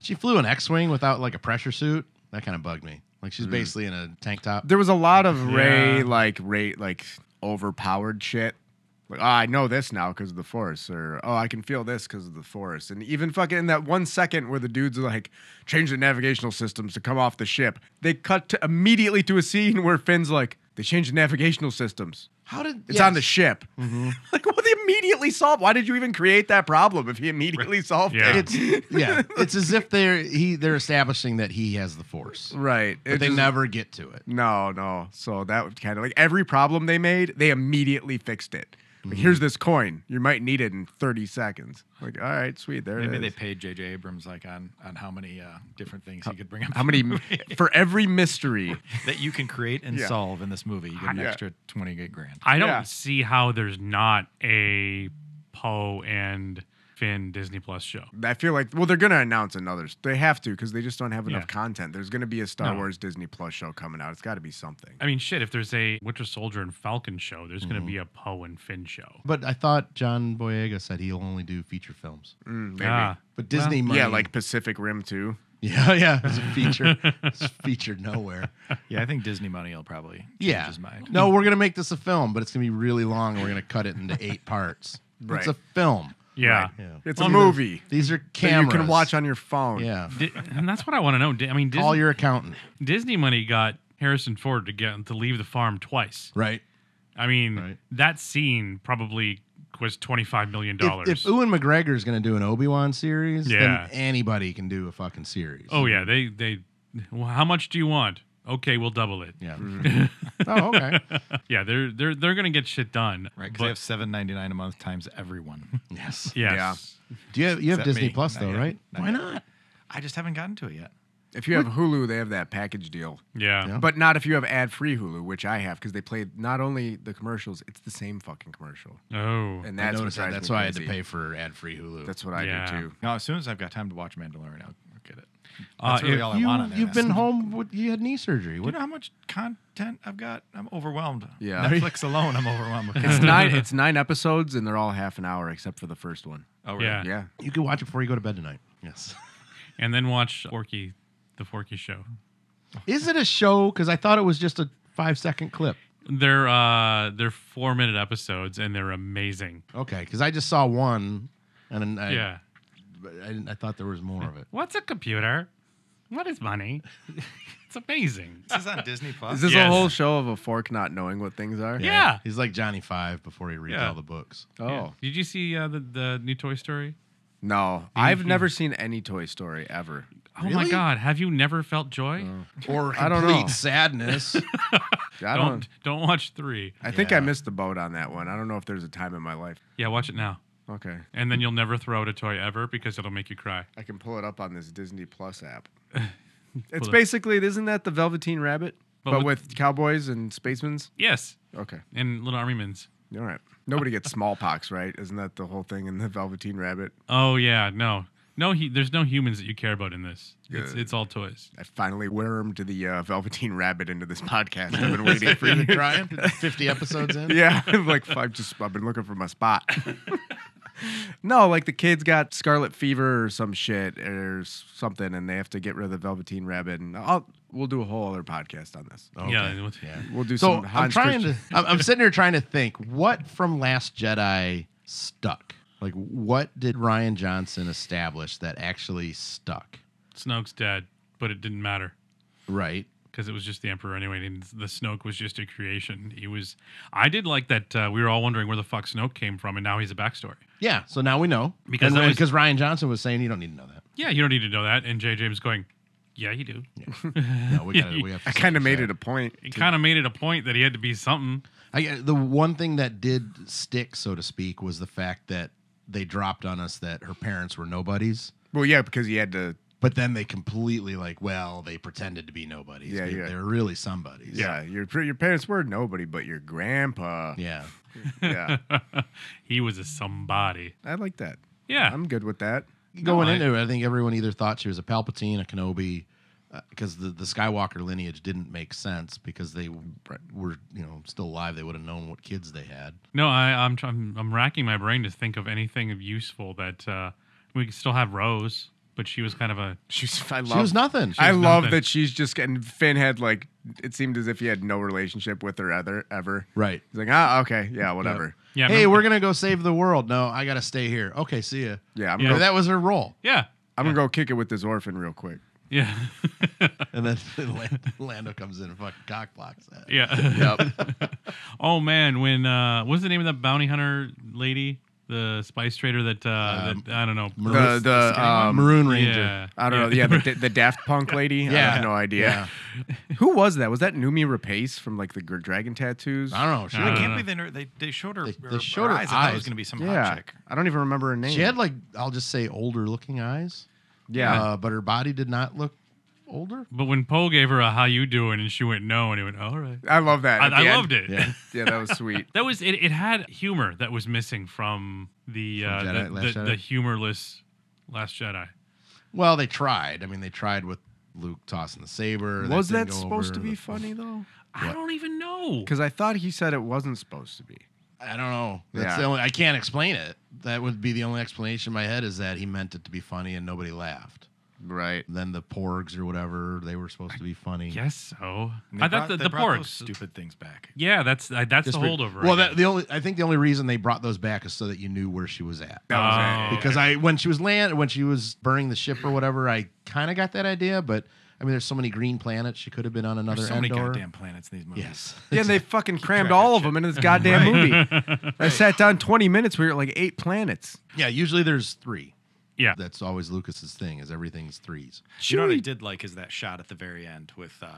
Speaker 3: She flew an X-wing without like a pressure suit. That kind of bugged me. Like she's basically in a tank top.
Speaker 4: Mm. there was a lot of Ray
Speaker 5: Yeah.
Speaker 4: like Ray like overpowered shit. Like, oh, I know this now because of the force, or oh, I can feel this because of the force. And even fucking in that one second where the dudes are like, change the navigational systems to come off the ship, they cut to immediately to a scene where Finn's like, they changed the navigational systems.
Speaker 3: How did
Speaker 4: It's on the
Speaker 3: yes.
Speaker 4: ship.
Speaker 5: Mm-hmm.
Speaker 4: like, well, they immediately solved. Why did you even create that problem if he immediately solved
Speaker 5: Yeah.
Speaker 4: it?
Speaker 3: It's yeah. It's as if they're he they're establishing that he has the force,
Speaker 4: Right.
Speaker 3: but
Speaker 4: It
Speaker 3: they
Speaker 4: just-
Speaker 3: never get to it.
Speaker 4: No, no. So that would kind of like every problem they made, they immediately fixed it. Like, here's this coin. You might need it in 30 seconds. Like, all right, sweet. There
Speaker 6: Maybe
Speaker 4: it
Speaker 6: they
Speaker 4: is.
Speaker 6: paid J.J. Abrams like on on how many uh, different things he could bring up.
Speaker 4: How many for every mystery?
Speaker 6: that you can create and
Speaker 4: Yeah.
Speaker 6: solve in this movie? You get an
Speaker 4: Yeah.
Speaker 6: extra twenty eight grand.
Speaker 5: I don't
Speaker 4: Yeah.
Speaker 5: see how there's not a Poe and Finn Disney Plus show.
Speaker 4: I feel like well, they're gonna announce another. They have to because they just don't have enough
Speaker 5: Yeah.
Speaker 4: content. There's gonna be a Star
Speaker 5: No.
Speaker 4: Wars Disney Plus show coming out. It's got to be something.
Speaker 5: I mean, shit. If there's a Winter Soldier and Falcon show, there's gonna
Speaker 3: Mm-hmm.
Speaker 5: be a Poe and Finn show.
Speaker 3: But I thought John Boyega said he'll only do feature films.
Speaker 4: Mm, maybe.
Speaker 5: Ah,
Speaker 3: But Disney, money,
Speaker 4: yeah, like Pacific Rim too.
Speaker 3: yeah, yeah, it's a feature. it's featured nowhere.
Speaker 6: Yeah, I think Disney money will probably change
Speaker 3: Yeah.
Speaker 6: his mind.
Speaker 3: No, we're gonna make this a film, but it's gonna be really long. and We're gonna cut it into eight parts.
Speaker 4: Right.
Speaker 3: It's a film.
Speaker 5: yeah.
Speaker 3: Yeah.
Speaker 4: It's a movie
Speaker 3: These are
Speaker 4: that you
Speaker 3: cameras
Speaker 4: can watch on your phone.
Speaker 3: Yeah.
Speaker 5: Di- and that's what I want to know. Di- I mean, Disney,
Speaker 3: Call your accountant.
Speaker 5: Disney money got Harrison Ford to get to leave the farm twice.
Speaker 3: Right.
Speaker 5: I mean,
Speaker 3: Right.
Speaker 5: that scene probably was twenty five million
Speaker 3: If,
Speaker 5: dollars.
Speaker 3: if Ewan McGregor is gonna do an Obi Wan series,
Speaker 5: Yeah.
Speaker 3: then anybody can do a fucking series.
Speaker 5: oh yeah, they they. Well, how much do you want? Okay, we'll double it.
Speaker 3: yeah.
Speaker 6: Mm-hmm.
Speaker 3: oh okay.
Speaker 5: Yeah, they're they're they're gonna get shit done.
Speaker 6: Right, because
Speaker 5: but-
Speaker 6: they have seven ninety nine a month times everyone.
Speaker 3: Yes.
Speaker 5: yes.
Speaker 3: Do you have you have
Speaker 6: that
Speaker 3: Disney
Speaker 6: me?
Speaker 3: Plus
Speaker 6: Not
Speaker 3: though,
Speaker 6: yet.
Speaker 3: right?
Speaker 6: Not
Speaker 3: Why
Speaker 6: yet.
Speaker 3: not?
Speaker 6: I just haven't gotten to it yet.
Speaker 4: If you have Hulu, they have that package deal.
Speaker 5: Yeah.
Speaker 3: Yeah.
Speaker 4: But not if you have ad free Hulu, which I have because they play not only the commercials, it's the same fucking commercial.
Speaker 5: Oh.
Speaker 4: And
Speaker 3: I
Speaker 4: that's what
Speaker 3: noticed that.
Speaker 4: drives
Speaker 3: That's
Speaker 4: me
Speaker 3: why I had to
Speaker 4: crazy.
Speaker 3: pay for ad free Hulu.
Speaker 4: That's what I
Speaker 5: Yeah.
Speaker 4: do too.
Speaker 6: No, as soon as I've got time to watch Mandalorian, I'll get it.
Speaker 5: Uh,
Speaker 6: That's really
Speaker 5: if
Speaker 6: all I
Speaker 3: you,
Speaker 6: want on there.
Speaker 3: you've
Speaker 6: now.
Speaker 3: been home. With, you had knee surgery.
Speaker 6: Do you
Speaker 3: What?
Speaker 6: know how much content I've got? I'm overwhelmed.
Speaker 4: Yeah.
Speaker 6: Netflix alone, I'm overwhelmed. With
Speaker 4: It's nine. It's nine episodes, and they're all half an hour except for the first one.
Speaker 6: oh, really?
Speaker 5: yeah.
Speaker 4: Yeah,
Speaker 3: You can watch it before you go to bed tonight. Yes.
Speaker 5: And then watch Forky, the Forky show.
Speaker 3: Is it a show? Because I thought it was just a five second clip.
Speaker 5: They're uh they're four minute episodes and they're amazing.
Speaker 3: Okay, because I just saw one, and then I,
Speaker 5: yeah.
Speaker 3: I, didn't- I thought there was more of it.
Speaker 5: What's a computer? What is money? it's amazing.
Speaker 6: This is on Disney Plus.
Speaker 4: is this
Speaker 5: Yes.
Speaker 4: a whole show of a fork not knowing what things are?
Speaker 5: Yeah.
Speaker 3: he's like Johnny Five before he reads
Speaker 5: Yeah.
Speaker 3: all the books.
Speaker 4: Oh
Speaker 5: Yeah. Did you see uh, the the new Toy Story?
Speaker 4: no, I've never seen any Toy Story ever.
Speaker 5: Oh my
Speaker 3: Really?
Speaker 5: God! Have you never felt joy?
Speaker 3: Or complete
Speaker 4: I don't know.
Speaker 3: sadness.
Speaker 4: I don't.
Speaker 5: don't don't watch three.
Speaker 4: I think I
Speaker 3: Yeah.
Speaker 4: missed the boat on that one. I don't know if there's a time in my life.
Speaker 5: Yeah, watch it now,
Speaker 4: Okay,
Speaker 5: and then you'll never throw out a toy ever because it'll make you cry.
Speaker 4: I can pull it up on this Disney Plus app. It's
Speaker 5: up.
Speaker 4: basically isn't that the Velveteen Rabbit,
Speaker 5: But
Speaker 4: but,
Speaker 5: with-
Speaker 4: with, cowboys and spacemans?
Speaker 5: Yes,
Speaker 4: Okay,
Speaker 5: and Little Army Men's.
Speaker 4: all right. Nobody gets smallpox, right? Isn't that the whole thing in the Velveteen Rabbit?
Speaker 5: Oh yeah, no, no. He, there's no humans that you care about in this. It's
Speaker 4: Good.
Speaker 5: it's all toys.
Speaker 4: I finally wormed the uh, Velveteen Rabbit into this podcast. I've been waiting for
Speaker 3: You're
Speaker 4: you.
Speaker 3: trying fifty episodes in.
Speaker 4: Yeah, I'm like I've just I've been looking for my spot. no, like the kids got scarlet fever or some shit or s- something, and they have to get rid of the Velveteen Rabbit. And I'll we'll do a whole other podcast on this.
Speaker 3: Okay.
Speaker 5: Yeah, what-
Speaker 4: We'll do
Speaker 3: So
Speaker 4: some.
Speaker 3: I'm
Speaker 4: Hans
Speaker 3: trying
Speaker 4: Christian-
Speaker 3: to. I'm, I'm sitting here trying to think what from Last Jedi stuck. Like, what did Ryan Johnson establish that actually stuck?
Speaker 5: Snoke's dead, but it didn't matter.
Speaker 3: Right.
Speaker 5: because it was just the Emperor anyway, and the Snoke was just a creation. He was. I did like that. Uh, we were all wondering where the fuck Snoke came from, and now he's a backstory.
Speaker 3: Yeah, so now we know
Speaker 5: Because
Speaker 3: And
Speaker 5: I
Speaker 3: then-
Speaker 5: was-
Speaker 3: because Ryan Johnson was saying you don't need to know that.
Speaker 5: Yeah, you don't need to know that. And J.J. was going, yeah, you do.
Speaker 3: No, we got we have. To
Speaker 4: I kind of made it a point.
Speaker 5: He kind of made it a point that he had to be something.
Speaker 3: I, uh, the one thing that did stick, so to speak, was the fact that they dropped on us that her parents were nobodies.
Speaker 4: Well, yeah, because he had to.
Speaker 3: But then they completely like, well, they pretended to be nobodies.
Speaker 4: Yeah,
Speaker 3: they,
Speaker 4: yeah.
Speaker 3: They're really somebodies.
Speaker 4: Yeah, your your parents were nobody, but your grandpa.
Speaker 3: Yeah.
Speaker 4: Yeah,
Speaker 5: he was a somebody.
Speaker 4: I like that.
Speaker 5: Yeah.
Speaker 4: I'm good with that.
Speaker 3: Going
Speaker 5: I-
Speaker 3: into it, I think everyone either thought she was a Palpatine, a Kenobi, because the, the Skywalker lineage didn't make sense because they were, you know, still alive. They would have known what kids they had.
Speaker 5: no, I, I'm, tr- I'm I'm racking my brain to think of anything of useful that uh, we could still have Rose, but she was kind of a
Speaker 4: She's I love.
Speaker 3: She was nothing.
Speaker 4: I
Speaker 5: was
Speaker 4: love
Speaker 5: nothing.
Speaker 4: that she's just getting. Finn had like it seemed as if he had no relationship with her other ever.
Speaker 3: right.
Speaker 4: He's like, ah, okay, yeah, whatever.
Speaker 5: yeah.
Speaker 3: hey,
Speaker 5: remember-
Speaker 3: we're gonna go save the world. No, I gotta stay here. Okay, see ya.
Speaker 4: Yeah, I'm
Speaker 5: Yeah.
Speaker 4: gonna.
Speaker 3: That was her role.
Speaker 5: yeah
Speaker 4: I'm gonna go kick it with this orphan real quick.
Speaker 5: yeah
Speaker 3: And then Lan- Lando comes in and fucking cock blocks that.
Speaker 5: yeah. oh man, when uh, what's the name of that bounty hunter lady, the spice trader that uh, that I don't know.
Speaker 4: The the um,
Speaker 3: Maroon
Speaker 5: yeah.
Speaker 3: Ranger.
Speaker 4: I don't know. Yeah, the, the Daft Punk lady. I
Speaker 3: Yeah.
Speaker 4: have no idea. Who was that? Was that Numi Rapace from like the Gr- Dragon Tattoos?
Speaker 3: I don't know. She,
Speaker 5: I
Speaker 6: I
Speaker 5: don't
Speaker 6: can't
Speaker 5: know.
Speaker 6: believe they, ner- they they showed her.
Speaker 3: They-
Speaker 6: her,
Speaker 3: they showed her
Speaker 6: eyes. I thought it was
Speaker 3: eyes.
Speaker 6: going to be some
Speaker 4: Yeah,
Speaker 6: hot chick.
Speaker 4: I don't even remember her name.
Speaker 3: she had like I'll just say older looking eyes.
Speaker 4: yeah.
Speaker 3: Uh, but her body did not look older.
Speaker 5: But when Poe gave her a "How you doing?" and she went no, and he went all right.
Speaker 4: I love that.
Speaker 5: I,
Speaker 4: at the
Speaker 5: I
Speaker 4: end.
Speaker 5: loved it.
Speaker 3: Yeah.
Speaker 4: Yeah, that was sweet.
Speaker 5: That was it. It had humor that was missing from the uh,
Speaker 3: Jedi-
Speaker 5: the,
Speaker 3: Last
Speaker 5: the,
Speaker 3: Jedi?
Speaker 5: the humorless Last Jedi.
Speaker 3: Well, they tried. I mean, they tried with Luke tossing the saber.
Speaker 4: was
Speaker 3: didn't
Speaker 4: that
Speaker 3: go
Speaker 4: supposed to
Speaker 3: over.
Speaker 4: be funny though?
Speaker 5: I don't even know.
Speaker 4: Because I thought he said it wasn't supposed to be.
Speaker 3: I don't know. That's
Speaker 4: Yeah.
Speaker 3: the only. I can't explain it. That would be the only explanation in my head is that he meant it to be funny and nobody laughed.
Speaker 4: Right.
Speaker 3: Then the Porgs or whatever they were supposed to be funny.
Speaker 5: Guess so.
Speaker 6: And they
Speaker 5: I thought
Speaker 6: brought-
Speaker 5: the,
Speaker 6: they
Speaker 5: the
Speaker 6: brought those
Speaker 5: porgs.
Speaker 6: stupid things back.
Speaker 5: Yeah, that's uh, that's the
Speaker 3: Just for-
Speaker 5: holdover. I
Speaker 3: Well, that,
Speaker 5: guess.
Speaker 3: the only I think the only reason they brought those back is so that you knew where she was at.
Speaker 4: That was
Speaker 5: Oh,
Speaker 4: it.
Speaker 3: because I when she was land when she was burning the ship or whatever, I kind of got that idea. But I mean, there's so many green planets she could have been on another
Speaker 6: There's so many
Speaker 3: Endor.
Speaker 6: goddamn planets in these movies.
Speaker 3: yes,
Speaker 4: Yeah, and they fucking crammed all of them into this goddamn movie. I sat down 20 minutes. We were at like eight planets.
Speaker 3: yeah. Usually there's three.
Speaker 5: yeah.
Speaker 3: That's always Lucas's thing is everything's threes.
Speaker 6: You know what I did like is that shot at the very end with uh,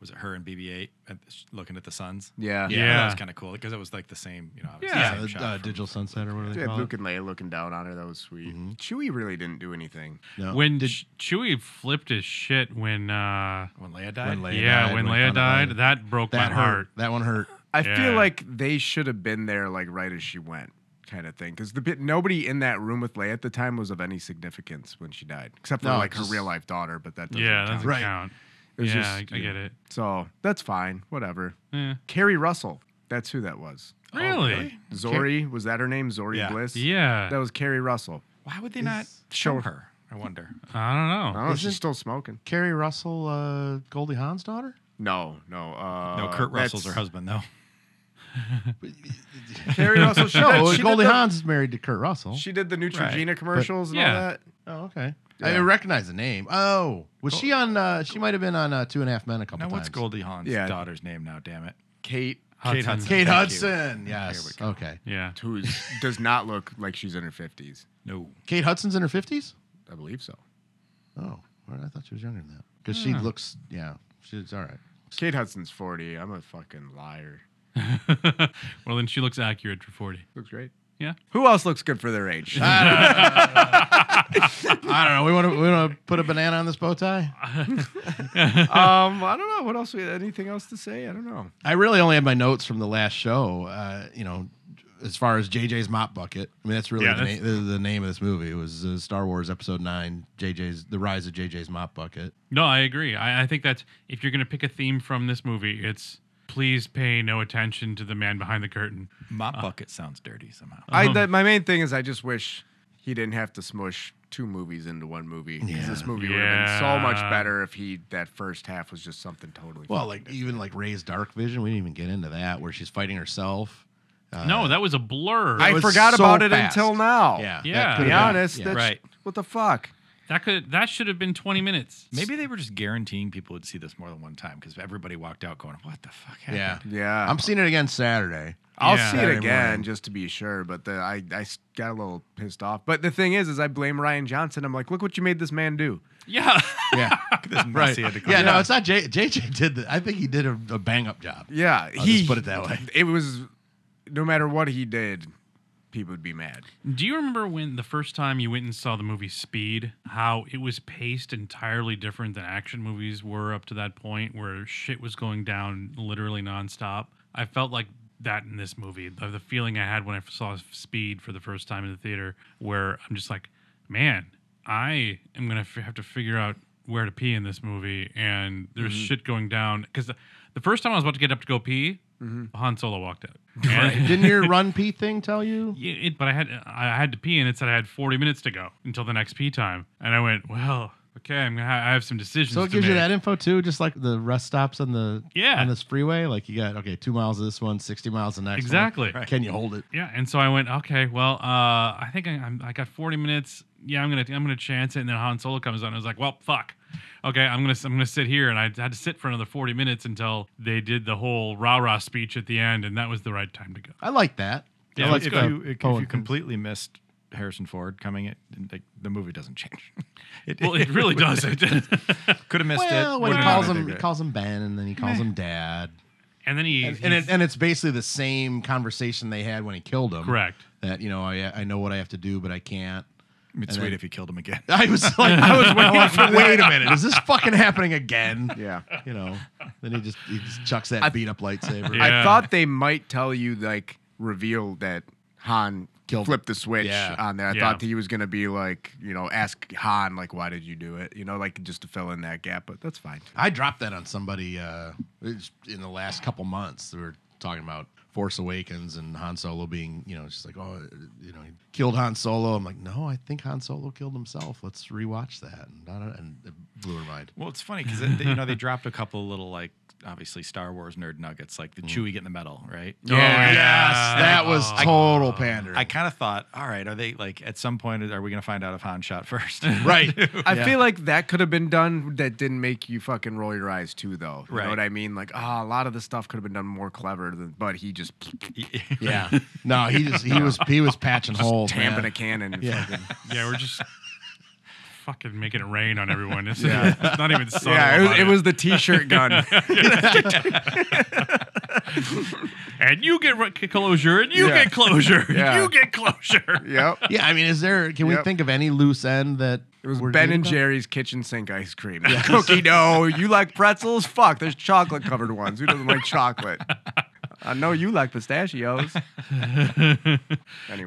Speaker 6: was it her and BB-8 at the, uh, sh- looking at the suns?
Speaker 4: Yeah.
Speaker 5: Yeah.
Speaker 6: that was kind of cool because it was like the same, you know, obviously
Speaker 5: Yeah,
Speaker 6: the same
Speaker 3: Uh,
Speaker 6: shot
Speaker 3: uh,
Speaker 6: from-
Speaker 3: digital sunset or whatever they
Speaker 4: Yeah,
Speaker 3: call
Speaker 4: Luke
Speaker 3: it.
Speaker 4: and Leia looking down on her. That was sweet. Chewie really didn't do anything.
Speaker 3: No.
Speaker 5: When Ch- Chewie flipped his shit when uh
Speaker 6: when Leia died.
Speaker 3: Leia
Speaker 5: yeah
Speaker 3: died,
Speaker 5: when
Speaker 3: we
Speaker 5: Leia
Speaker 3: found out
Speaker 5: died that broke
Speaker 3: that
Speaker 5: my
Speaker 3: hurt.
Speaker 5: heart.
Speaker 3: That one hurt.
Speaker 4: I
Speaker 5: Yeah.
Speaker 4: feel like they should have been there like right as she went, kind of thing. Because the bit nobody in that room with Leia at the time was of any significance when she died, except for
Speaker 3: No,
Speaker 4: like
Speaker 3: just-
Speaker 4: her real life daughter. But that doesn't
Speaker 5: Yeah, that
Speaker 4: count.
Speaker 5: doesn't
Speaker 3: Right.
Speaker 5: count.
Speaker 4: It was
Speaker 5: yeah,
Speaker 4: just-
Speaker 5: I, I get it.
Speaker 4: So that's fine. Whatever.
Speaker 5: Yeah.
Speaker 4: Carrie Russell. That's who that was.
Speaker 5: Really?
Speaker 4: Zori was that her name? Zori
Speaker 6: Yeah.
Speaker 4: Bliss.
Speaker 5: Yeah.
Speaker 4: That was Carrie Russell.
Speaker 6: Why would they not show her? I wonder.
Speaker 5: I don't
Speaker 4: I
Speaker 5: know.
Speaker 4: don't know. She's
Speaker 3: Isn't-
Speaker 4: still smoking.
Speaker 3: Carrie Russell, uh, Goldie Hawn's daughter.
Speaker 4: No, no. Uh,
Speaker 6: no, Kurt Russell's her
Speaker 4: that's-
Speaker 6: husband though.
Speaker 4: Carrie Russell. She
Speaker 3: No,
Speaker 4: did,
Speaker 3: Oh,
Speaker 4: she
Speaker 3: Goldie
Speaker 4: did the,
Speaker 3: Hawn's is married to Kurt Russell.
Speaker 4: She did the Neutrogena commercials and
Speaker 5: Yeah.
Speaker 4: all that.
Speaker 3: oh, okay. I recognize the name. Oh, was she on? Uh, she might have been on uh, Two and a Half Men a couple
Speaker 6: Now
Speaker 3: times.
Speaker 6: what's Goldie Hawn's
Speaker 4: Yeah.
Speaker 6: daughter's name now? Damn it,
Speaker 4: Kate,
Speaker 5: Hudson.
Speaker 3: Kate
Speaker 6: Thank you.
Speaker 3: Hudson. Yes. Okay.
Speaker 5: Yeah.
Speaker 4: who does not look like she's in her fifties.
Speaker 6: No,
Speaker 3: Kate Hudson's in her fifties.
Speaker 4: I believe so.
Speaker 3: Oh, all right, I thought she was younger than that. Because she looks, yeah, she's all right.
Speaker 4: Kate Hudson's forty. I'm a fucking liar.
Speaker 5: well, then she looks accurate for forty.
Speaker 4: Looks great.
Speaker 5: Yeah.
Speaker 4: Who else looks good for their age?
Speaker 3: I don't know. We want to we want to put a banana on this bow tie.
Speaker 4: um, I don't know. What else? We, anything else to say? I don't know.
Speaker 3: I really only had my notes from the last show. Uh, you know, as far as JJ's mop bucket. I mean, that's really
Speaker 5: Yeah,
Speaker 3: the,
Speaker 5: that's-
Speaker 3: na- the, the name of this movie. It was uh, Star Wars Episode Nine. JJ's the rise of JJ's mop bucket.
Speaker 5: No, I agree. I, I think that's if you're gonna pick a theme from this movie, it's please pay no attention to the man behind the curtain.
Speaker 6: mop bucket sounds dirty somehow.
Speaker 4: I that my main thing is I just wish he didn't have to smush two movies into one movie. 'cause
Speaker 3: Yeah.
Speaker 4: This movie would have been so
Speaker 5: Yeah.
Speaker 4: much better if he that first half was just something totally.
Speaker 3: Well, like even like Ray's Dark Vision. We didn't even get into that where she's fighting herself. Uh,
Speaker 5: no, that was a blur.
Speaker 4: I
Speaker 3: was
Speaker 4: forgot
Speaker 3: so
Speaker 4: about it
Speaker 3: fast.
Speaker 4: until now.
Speaker 3: Yeah.
Speaker 5: Yeah.
Speaker 3: that
Speaker 4: To
Speaker 3: could've
Speaker 4: be
Speaker 3: been-
Speaker 4: honest,
Speaker 3: yeah.
Speaker 4: that's
Speaker 6: Right.
Speaker 4: what the fuck.
Speaker 5: That could that should have been 20 minutes.
Speaker 6: Maybe they were just guaranteeing people would see this more than one time because everybody walked out going, "What the fuck?" Happened?
Speaker 3: Yeah.
Speaker 4: Yeah.
Speaker 3: I'm seeing it again Saturday.
Speaker 4: I'll
Speaker 5: Yeah.
Speaker 4: see it
Speaker 3: Saturday
Speaker 4: again
Speaker 3: morning.
Speaker 4: just to be sure, but the, I, I s- got a little pissed off. But the thing is, is I blame Ryan Johnson. I'm like, look what you made this man do.
Speaker 5: Yeah.
Speaker 3: Yeah.
Speaker 6: This messy had
Speaker 3: right.
Speaker 6: to come
Speaker 3: Yeah, no,
Speaker 6: out.
Speaker 3: it's not J- JJ did the, I think he did a, a bang up job.
Speaker 4: Yeah,
Speaker 3: I'll
Speaker 4: he
Speaker 3: just put it that way.
Speaker 4: It was no matter what he did, people would be mad.
Speaker 5: Do you remember when the first time you went and saw the movie Speed, how it was paced entirely different than action movies were up to that point, where shit was going down literally nonstop? I felt like that in this movie. The, the feeling I had when I saw Speed for the first time in the theater, where I'm just like, man, I am gonna f- have to figure out where to pee in this movie, and there's shit going down because the, the first time I was about to get up to go pee, Han Solo walked out. And-
Speaker 3: Didn't your run P thing tell you?
Speaker 5: yeah, it, but I had I had to pee, and it said I had 40 minutes to go until the next pee time, and I went, well, okay, I'm gonna ha- I have some decisions.
Speaker 3: So it
Speaker 5: to
Speaker 3: gives you
Speaker 5: make."
Speaker 3: that info too, just like the rest stops on the
Speaker 5: Yeah.
Speaker 3: on this freeway. Like you got okay, two miles of this one, sixty miles the next. one.
Speaker 5: Exactly. Right.
Speaker 3: Can you hold it?
Speaker 5: Yeah, and so I went, okay, well, uh, I think I, I'm, I got 40 minutes. Yeah, I'm gonna I'm gonna chance it, and then Han Solo comes on. And I was like, well, fuck. Okay, I'm gonna I'm gonna sit here, and I had to sit for another 40 minutes until they did the whole rah rah speech at the end, and that was the right time to go.
Speaker 3: I like that.
Speaker 6: Yeah,
Speaker 3: I like
Speaker 6: if,
Speaker 3: the
Speaker 6: you, if
Speaker 3: poem
Speaker 6: you
Speaker 3: thing.
Speaker 6: completely missed Harrison Ford coming, it like, the movie doesn't change.
Speaker 5: Well, it really does. It
Speaker 6: Could have missed
Speaker 3: well,
Speaker 6: it.
Speaker 3: when he
Speaker 6: would've
Speaker 3: calls
Speaker 6: been
Speaker 3: him, he
Speaker 6: big-
Speaker 3: calls him Ben, and then he calls him Dad,
Speaker 5: and then he
Speaker 3: and and, it, and it's basically the same conversation they had when he killed him.
Speaker 5: correct.
Speaker 3: That you know, I I know what I have to do, but I can't.
Speaker 6: It'd be sweet if he killed him again.
Speaker 3: I was like, I was waiting for, wait a minute, is this fucking happening again?
Speaker 4: Yeah.
Speaker 3: You know, then he just he just chucks that beat up lightsaber.
Speaker 5: Yeah.
Speaker 4: I thought they might tell you like reveal that Han
Speaker 3: Killed-
Speaker 4: flipped the switch
Speaker 3: Yeah.
Speaker 4: on there. I
Speaker 5: Yeah.
Speaker 4: thought he was gonna be like, you know, ask Han like why did you do it? You know, like just to fill in that gap, but that's fine.
Speaker 3: I dropped that on somebody uh, it's in the last couple months. We were talking about Force Awakens and Han Solo being, you know, just like, oh, you know, he killed Han Solo. I'm like, no, I think Han Solo killed himself. Let's rewatch that. And, da- da- and it blew her mind.
Speaker 6: Well, it's funny because you know they dropped a couple little like obviously Star Wars nerd nuggets like the Chewie getting the medal, right?
Speaker 4: Oh,
Speaker 5: yeah.
Speaker 3: Yes, that was total pandering.
Speaker 6: I kind of thought, all right, are they like at some point are we going to find out if Han shot first?
Speaker 3: right.
Speaker 4: I
Speaker 3: Yeah.
Speaker 4: feel like that could have been done that didn't make you fucking roll your eyes too though. You
Speaker 6: Right.
Speaker 4: know what I mean? Like, ah, a lot of the stuff could have been done more clever than but he just
Speaker 3: Yeah. No, he just he was he was patching holes.
Speaker 4: tamping a
Speaker 3: man.
Speaker 4: cannon.
Speaker 3: Yeah.
Speaker 4: fucking-
Speaker 5: Yeah, we're just fucking making it rain on everyone. It's, it's not even subtle.
Speaker 4: yeah, it
Speaker 5: about
Speaker 4: was, it was the t-shirt gun.
Speaker 5: And you get re- closure, and you
Speaker 4: Yeah.
Speaker 5: get closure,
Speaker 4: Yeah.
Speaker 5: you get closure.
Speaker 4: yep.
Speaker 3: Yeah, I mean, is there? Can we
Speaker 4: Yep.
Speaker 3: think of any loose end that
Speaker 4: It was
Speaker 3: we're
Speaker 4: Ben
Speaker 3: good
Speaker 4: and
Speaker 3: about?
Speaker 4: Jerry's kitchen sink ice cream. Cookie dough. You like pretzels? Fuck, there's chocolate covered ones. Who doesn't like chocolate? I know you like pistachios. Anyway.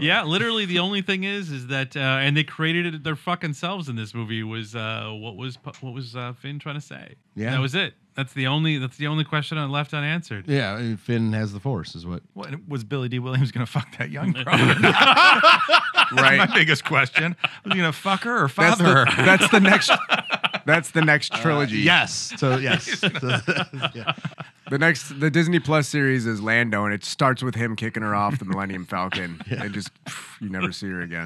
Speaker 5: Yeah, literally the only thing is, is that, uh, and they created it their fucking selves in this movie. Was uh, what was Pu- what was uh, Finn trying to say?
Speaker 3: Yeah.
Speaker 5: that was it. That's the only that's the only question I left unanswered.
Speaker 3: Yeah, I mean, Finn has the force, is what.
Speaker 6: Well, and was Billy D. Williams going to fuck that young girl? That's my
Speaker 4: Right.
Speaker 6: biggest question. Was he going to fuck her or
Speaker 4: That's
Speaker 6: father
Speaker 4: the,
Speaker 6: her?
Speaker 4: that's the next That's the next trilogy.
Speaker 3: Yes. So yes. So- yeah.
Speaker 4: The next the Disney Plus series is Lando and it starts with him kicking her off the Millennium Falcon and just pff, you never see her again.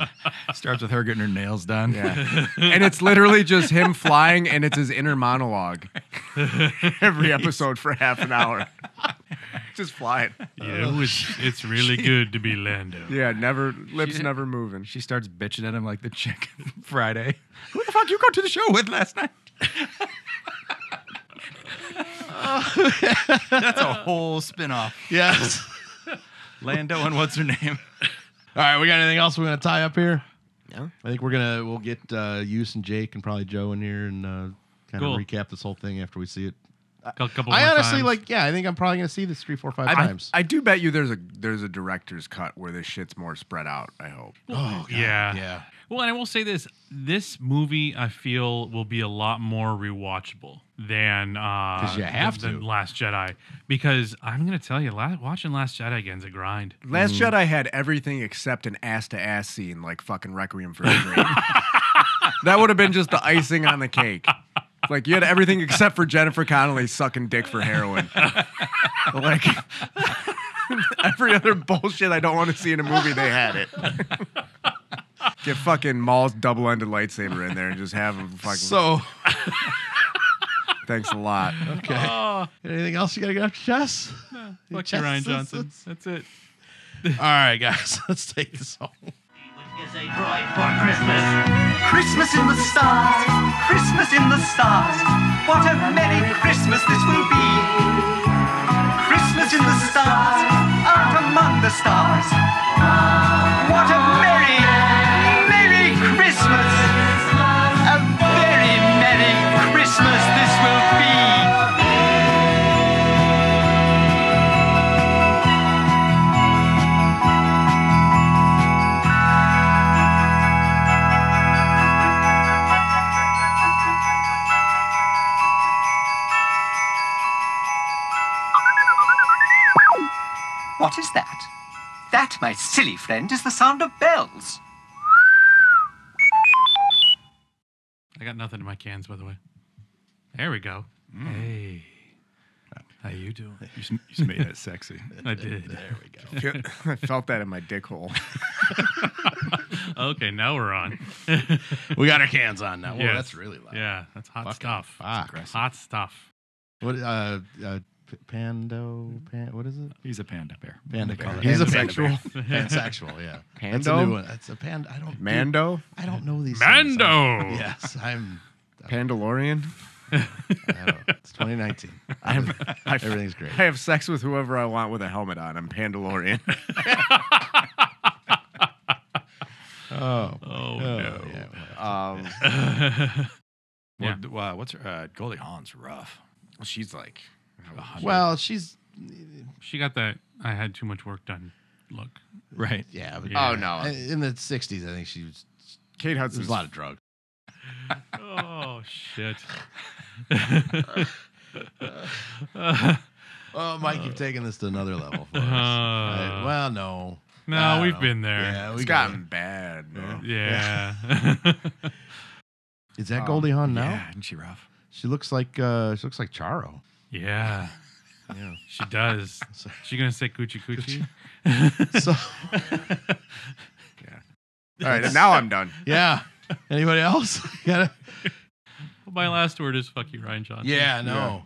Speaker 6: Starts with her getting her nails done.
Speaker 4: Yeah. and it's literally just him flying and it's his inner monologue. Every episode for half an hour. just flying.
Speaker 5: Yeah, it was. It's really good to be Lando.
Speaker 4: Yeah, never lips never moving.
Speaker 6: She starts bitching at him like the chick Friday. Who the fuck you go to the show with last night? That's a whole spin-off.
Speaker 3: Yes.
Speaker 6: Lando and what's her name?
Speaker 3: All right, we got anything else we're gonna tie up here? No. I think we're gonna we'll get uh Use and Jake and probably Joe in here and uh kind of
Speaker 5: Cool.
Speaker 3: recap this whole thing after we see it.
Speaker 5: A couple
Speaker 3: I
Speaker 5: more
Speaker 3: honestly
Speaker 5: times.
Speaker 3: like yeah, I think I'm probably gonna see this three, four, five
Speaker 4: I,
Speaker 3: times.
Speaker 4: I do bet you there's a there's a director's cut where this shit's more spread out, I hope.
Speaker 3: oh God.
Speaker 5: Yeah.
Speaker 3: Yeah.
Speaker 5: Well, and I will say this: this movie, I feel, will be a lot more rewatchable than uh,
Speaker 3: you have
Speaker 5: than,
Speaker 3: to.
Speaker 5: than Last Jedi, because I'm going to tell you, la- watching Last Jedi again is a grind.
Speaker 4: Last Jedi had everything except an ass to ass scene like fucking Requiem for a Dream. that would have been just the icing on the cake. It's Like you had everything except for Jennifer Connelly sucking dick for heroin. like every other bullshit I don't want to see in a movie, they had it. Get fucking Maul's double ended lightsaber in there and just have him fucking.
Speaker 3: So,
Speaker 4: thanks a lot.
Speaker 3: okay. Anything else you got to get off your chest? Your
Speaker 5: Oh. Fuck you, Ryan
Speaker 3: chest is-
Speaker 5: Johnson. That's it.
Speaker 3: All right, guys, let's take this home.
Speaker 1: Is a droid for Christmas.
Speaker 7: Christmas in the stars, Christmas in the stars. What a merry Christmas this will be. Christmas in the stars, out among the stars. What a merry, merry Christmas. A very merry Christmas this will be. What is that? That, my silly friend, is the sound of bells.
Speaker 5: I got nothing in my cans, by the way. There we go.
Speaker 3: Mm.
Speaker 5: Hey, how you doing?
Speaker 6: You just, you just made it sexy.
Speaker 5: I did.
Speaker 3: There we go.
Speaker 4: I felt that in my dick hole.
Speaker 5: Okay, now we're on.
Speaker 3: We got our cans on now. Whoa,
Speaker 5: Yes.
Speaker 3: that's really loud.
Speaker 5: Yeah, that's hot
Speaker 3: Fucking
Speaker 5: stuff.
Speaker 3: fuck.
Speaker 5: Hot stuff.
Speaker 3: What uh, uh p- Pando pan, what is it?
Speaker 6: He's a panda bear.
Speaker 3: Panda color.
Speaker 4: He's a
Speaker 3: pansexual. Pansexual, yeah. That's a
Speaker 4: Pando?
Speaker 3: new one. That's a panda. I don't dude,
Speaker 4: Mando?
Speaker 3: I don't know these. things.
Speaker 5: Mando.
Speaker 3: I'm- yes, I'm
Speaker 4: Pandalorian?
Speaker 3: I don't, it's 2019.
Speaker 4: I'm, I,
Speaker 3: Everything's great.
Speaker 4: I have sex with whoever I want with a helmet on. I'm Pandalorian.
Speaker 3: Oh,
Speaker 5: Oh,
Speaker 3: oh,
Speaker 5: no.
Speaker 3: yeah, well,
Speaker 4: Um,
Speaker 5: Yeah.
Speaker 6: Well, uh, what's her, uh, Goldie Hawn's rough.
Speaker 4: she's like,
Speaker 6: A hundred.
Speaker 3: Well, she's
Speaker 5: She got that. I had too much work done. Look,
Speaker 6: right.
Speaker 3: yeah. But
Speaker 5: Yeah.
Speaker 4: oh no.
Speaker 3: In the 60s, I think she was. There
Speaker 4: Kate
Speaker 3: was
Speaker 4: Hudson's
Speaker 3: a lot of drugs.
Speaker 5: oh shit.
Speaker 3: Oh, Mike,
Speaker 4: Uh.
Speaker 3: you've taken this to another level for us.
Speaker 5: Uh,
Speaker 3: I- well, no.
Speaker 5: no,
Speaker 3: I don't
Speaker 5: we've been there.
Speaker 3: Yeah, we
Speaker 4: It's
Speaker 3: got
Speaker 4: gotten bad, bro.
Speaker 5: Yeah.
Speaker 3: Is that
Speaker 4: um,
Speaker 3: Goldie Hawn now?
Speaker 6: Yeah, isn't she rough?
Speaker 3: She looks like uh, she looks like Charo.
Speaker 5: yeah.
Speaker 3: Yeah.
Speaker 5: She does.
Speaker 3: So-
Speaker 5: She gonna say coochie coochie?
Speaker 3: So
Speaker 4: All right, now I'm done.
Speaker 3: yeah. Anybody else? Gotta-
Speaker 5: Well, my last word is fuck you, Ryan Johnson.
Speaker 3: yeah, no.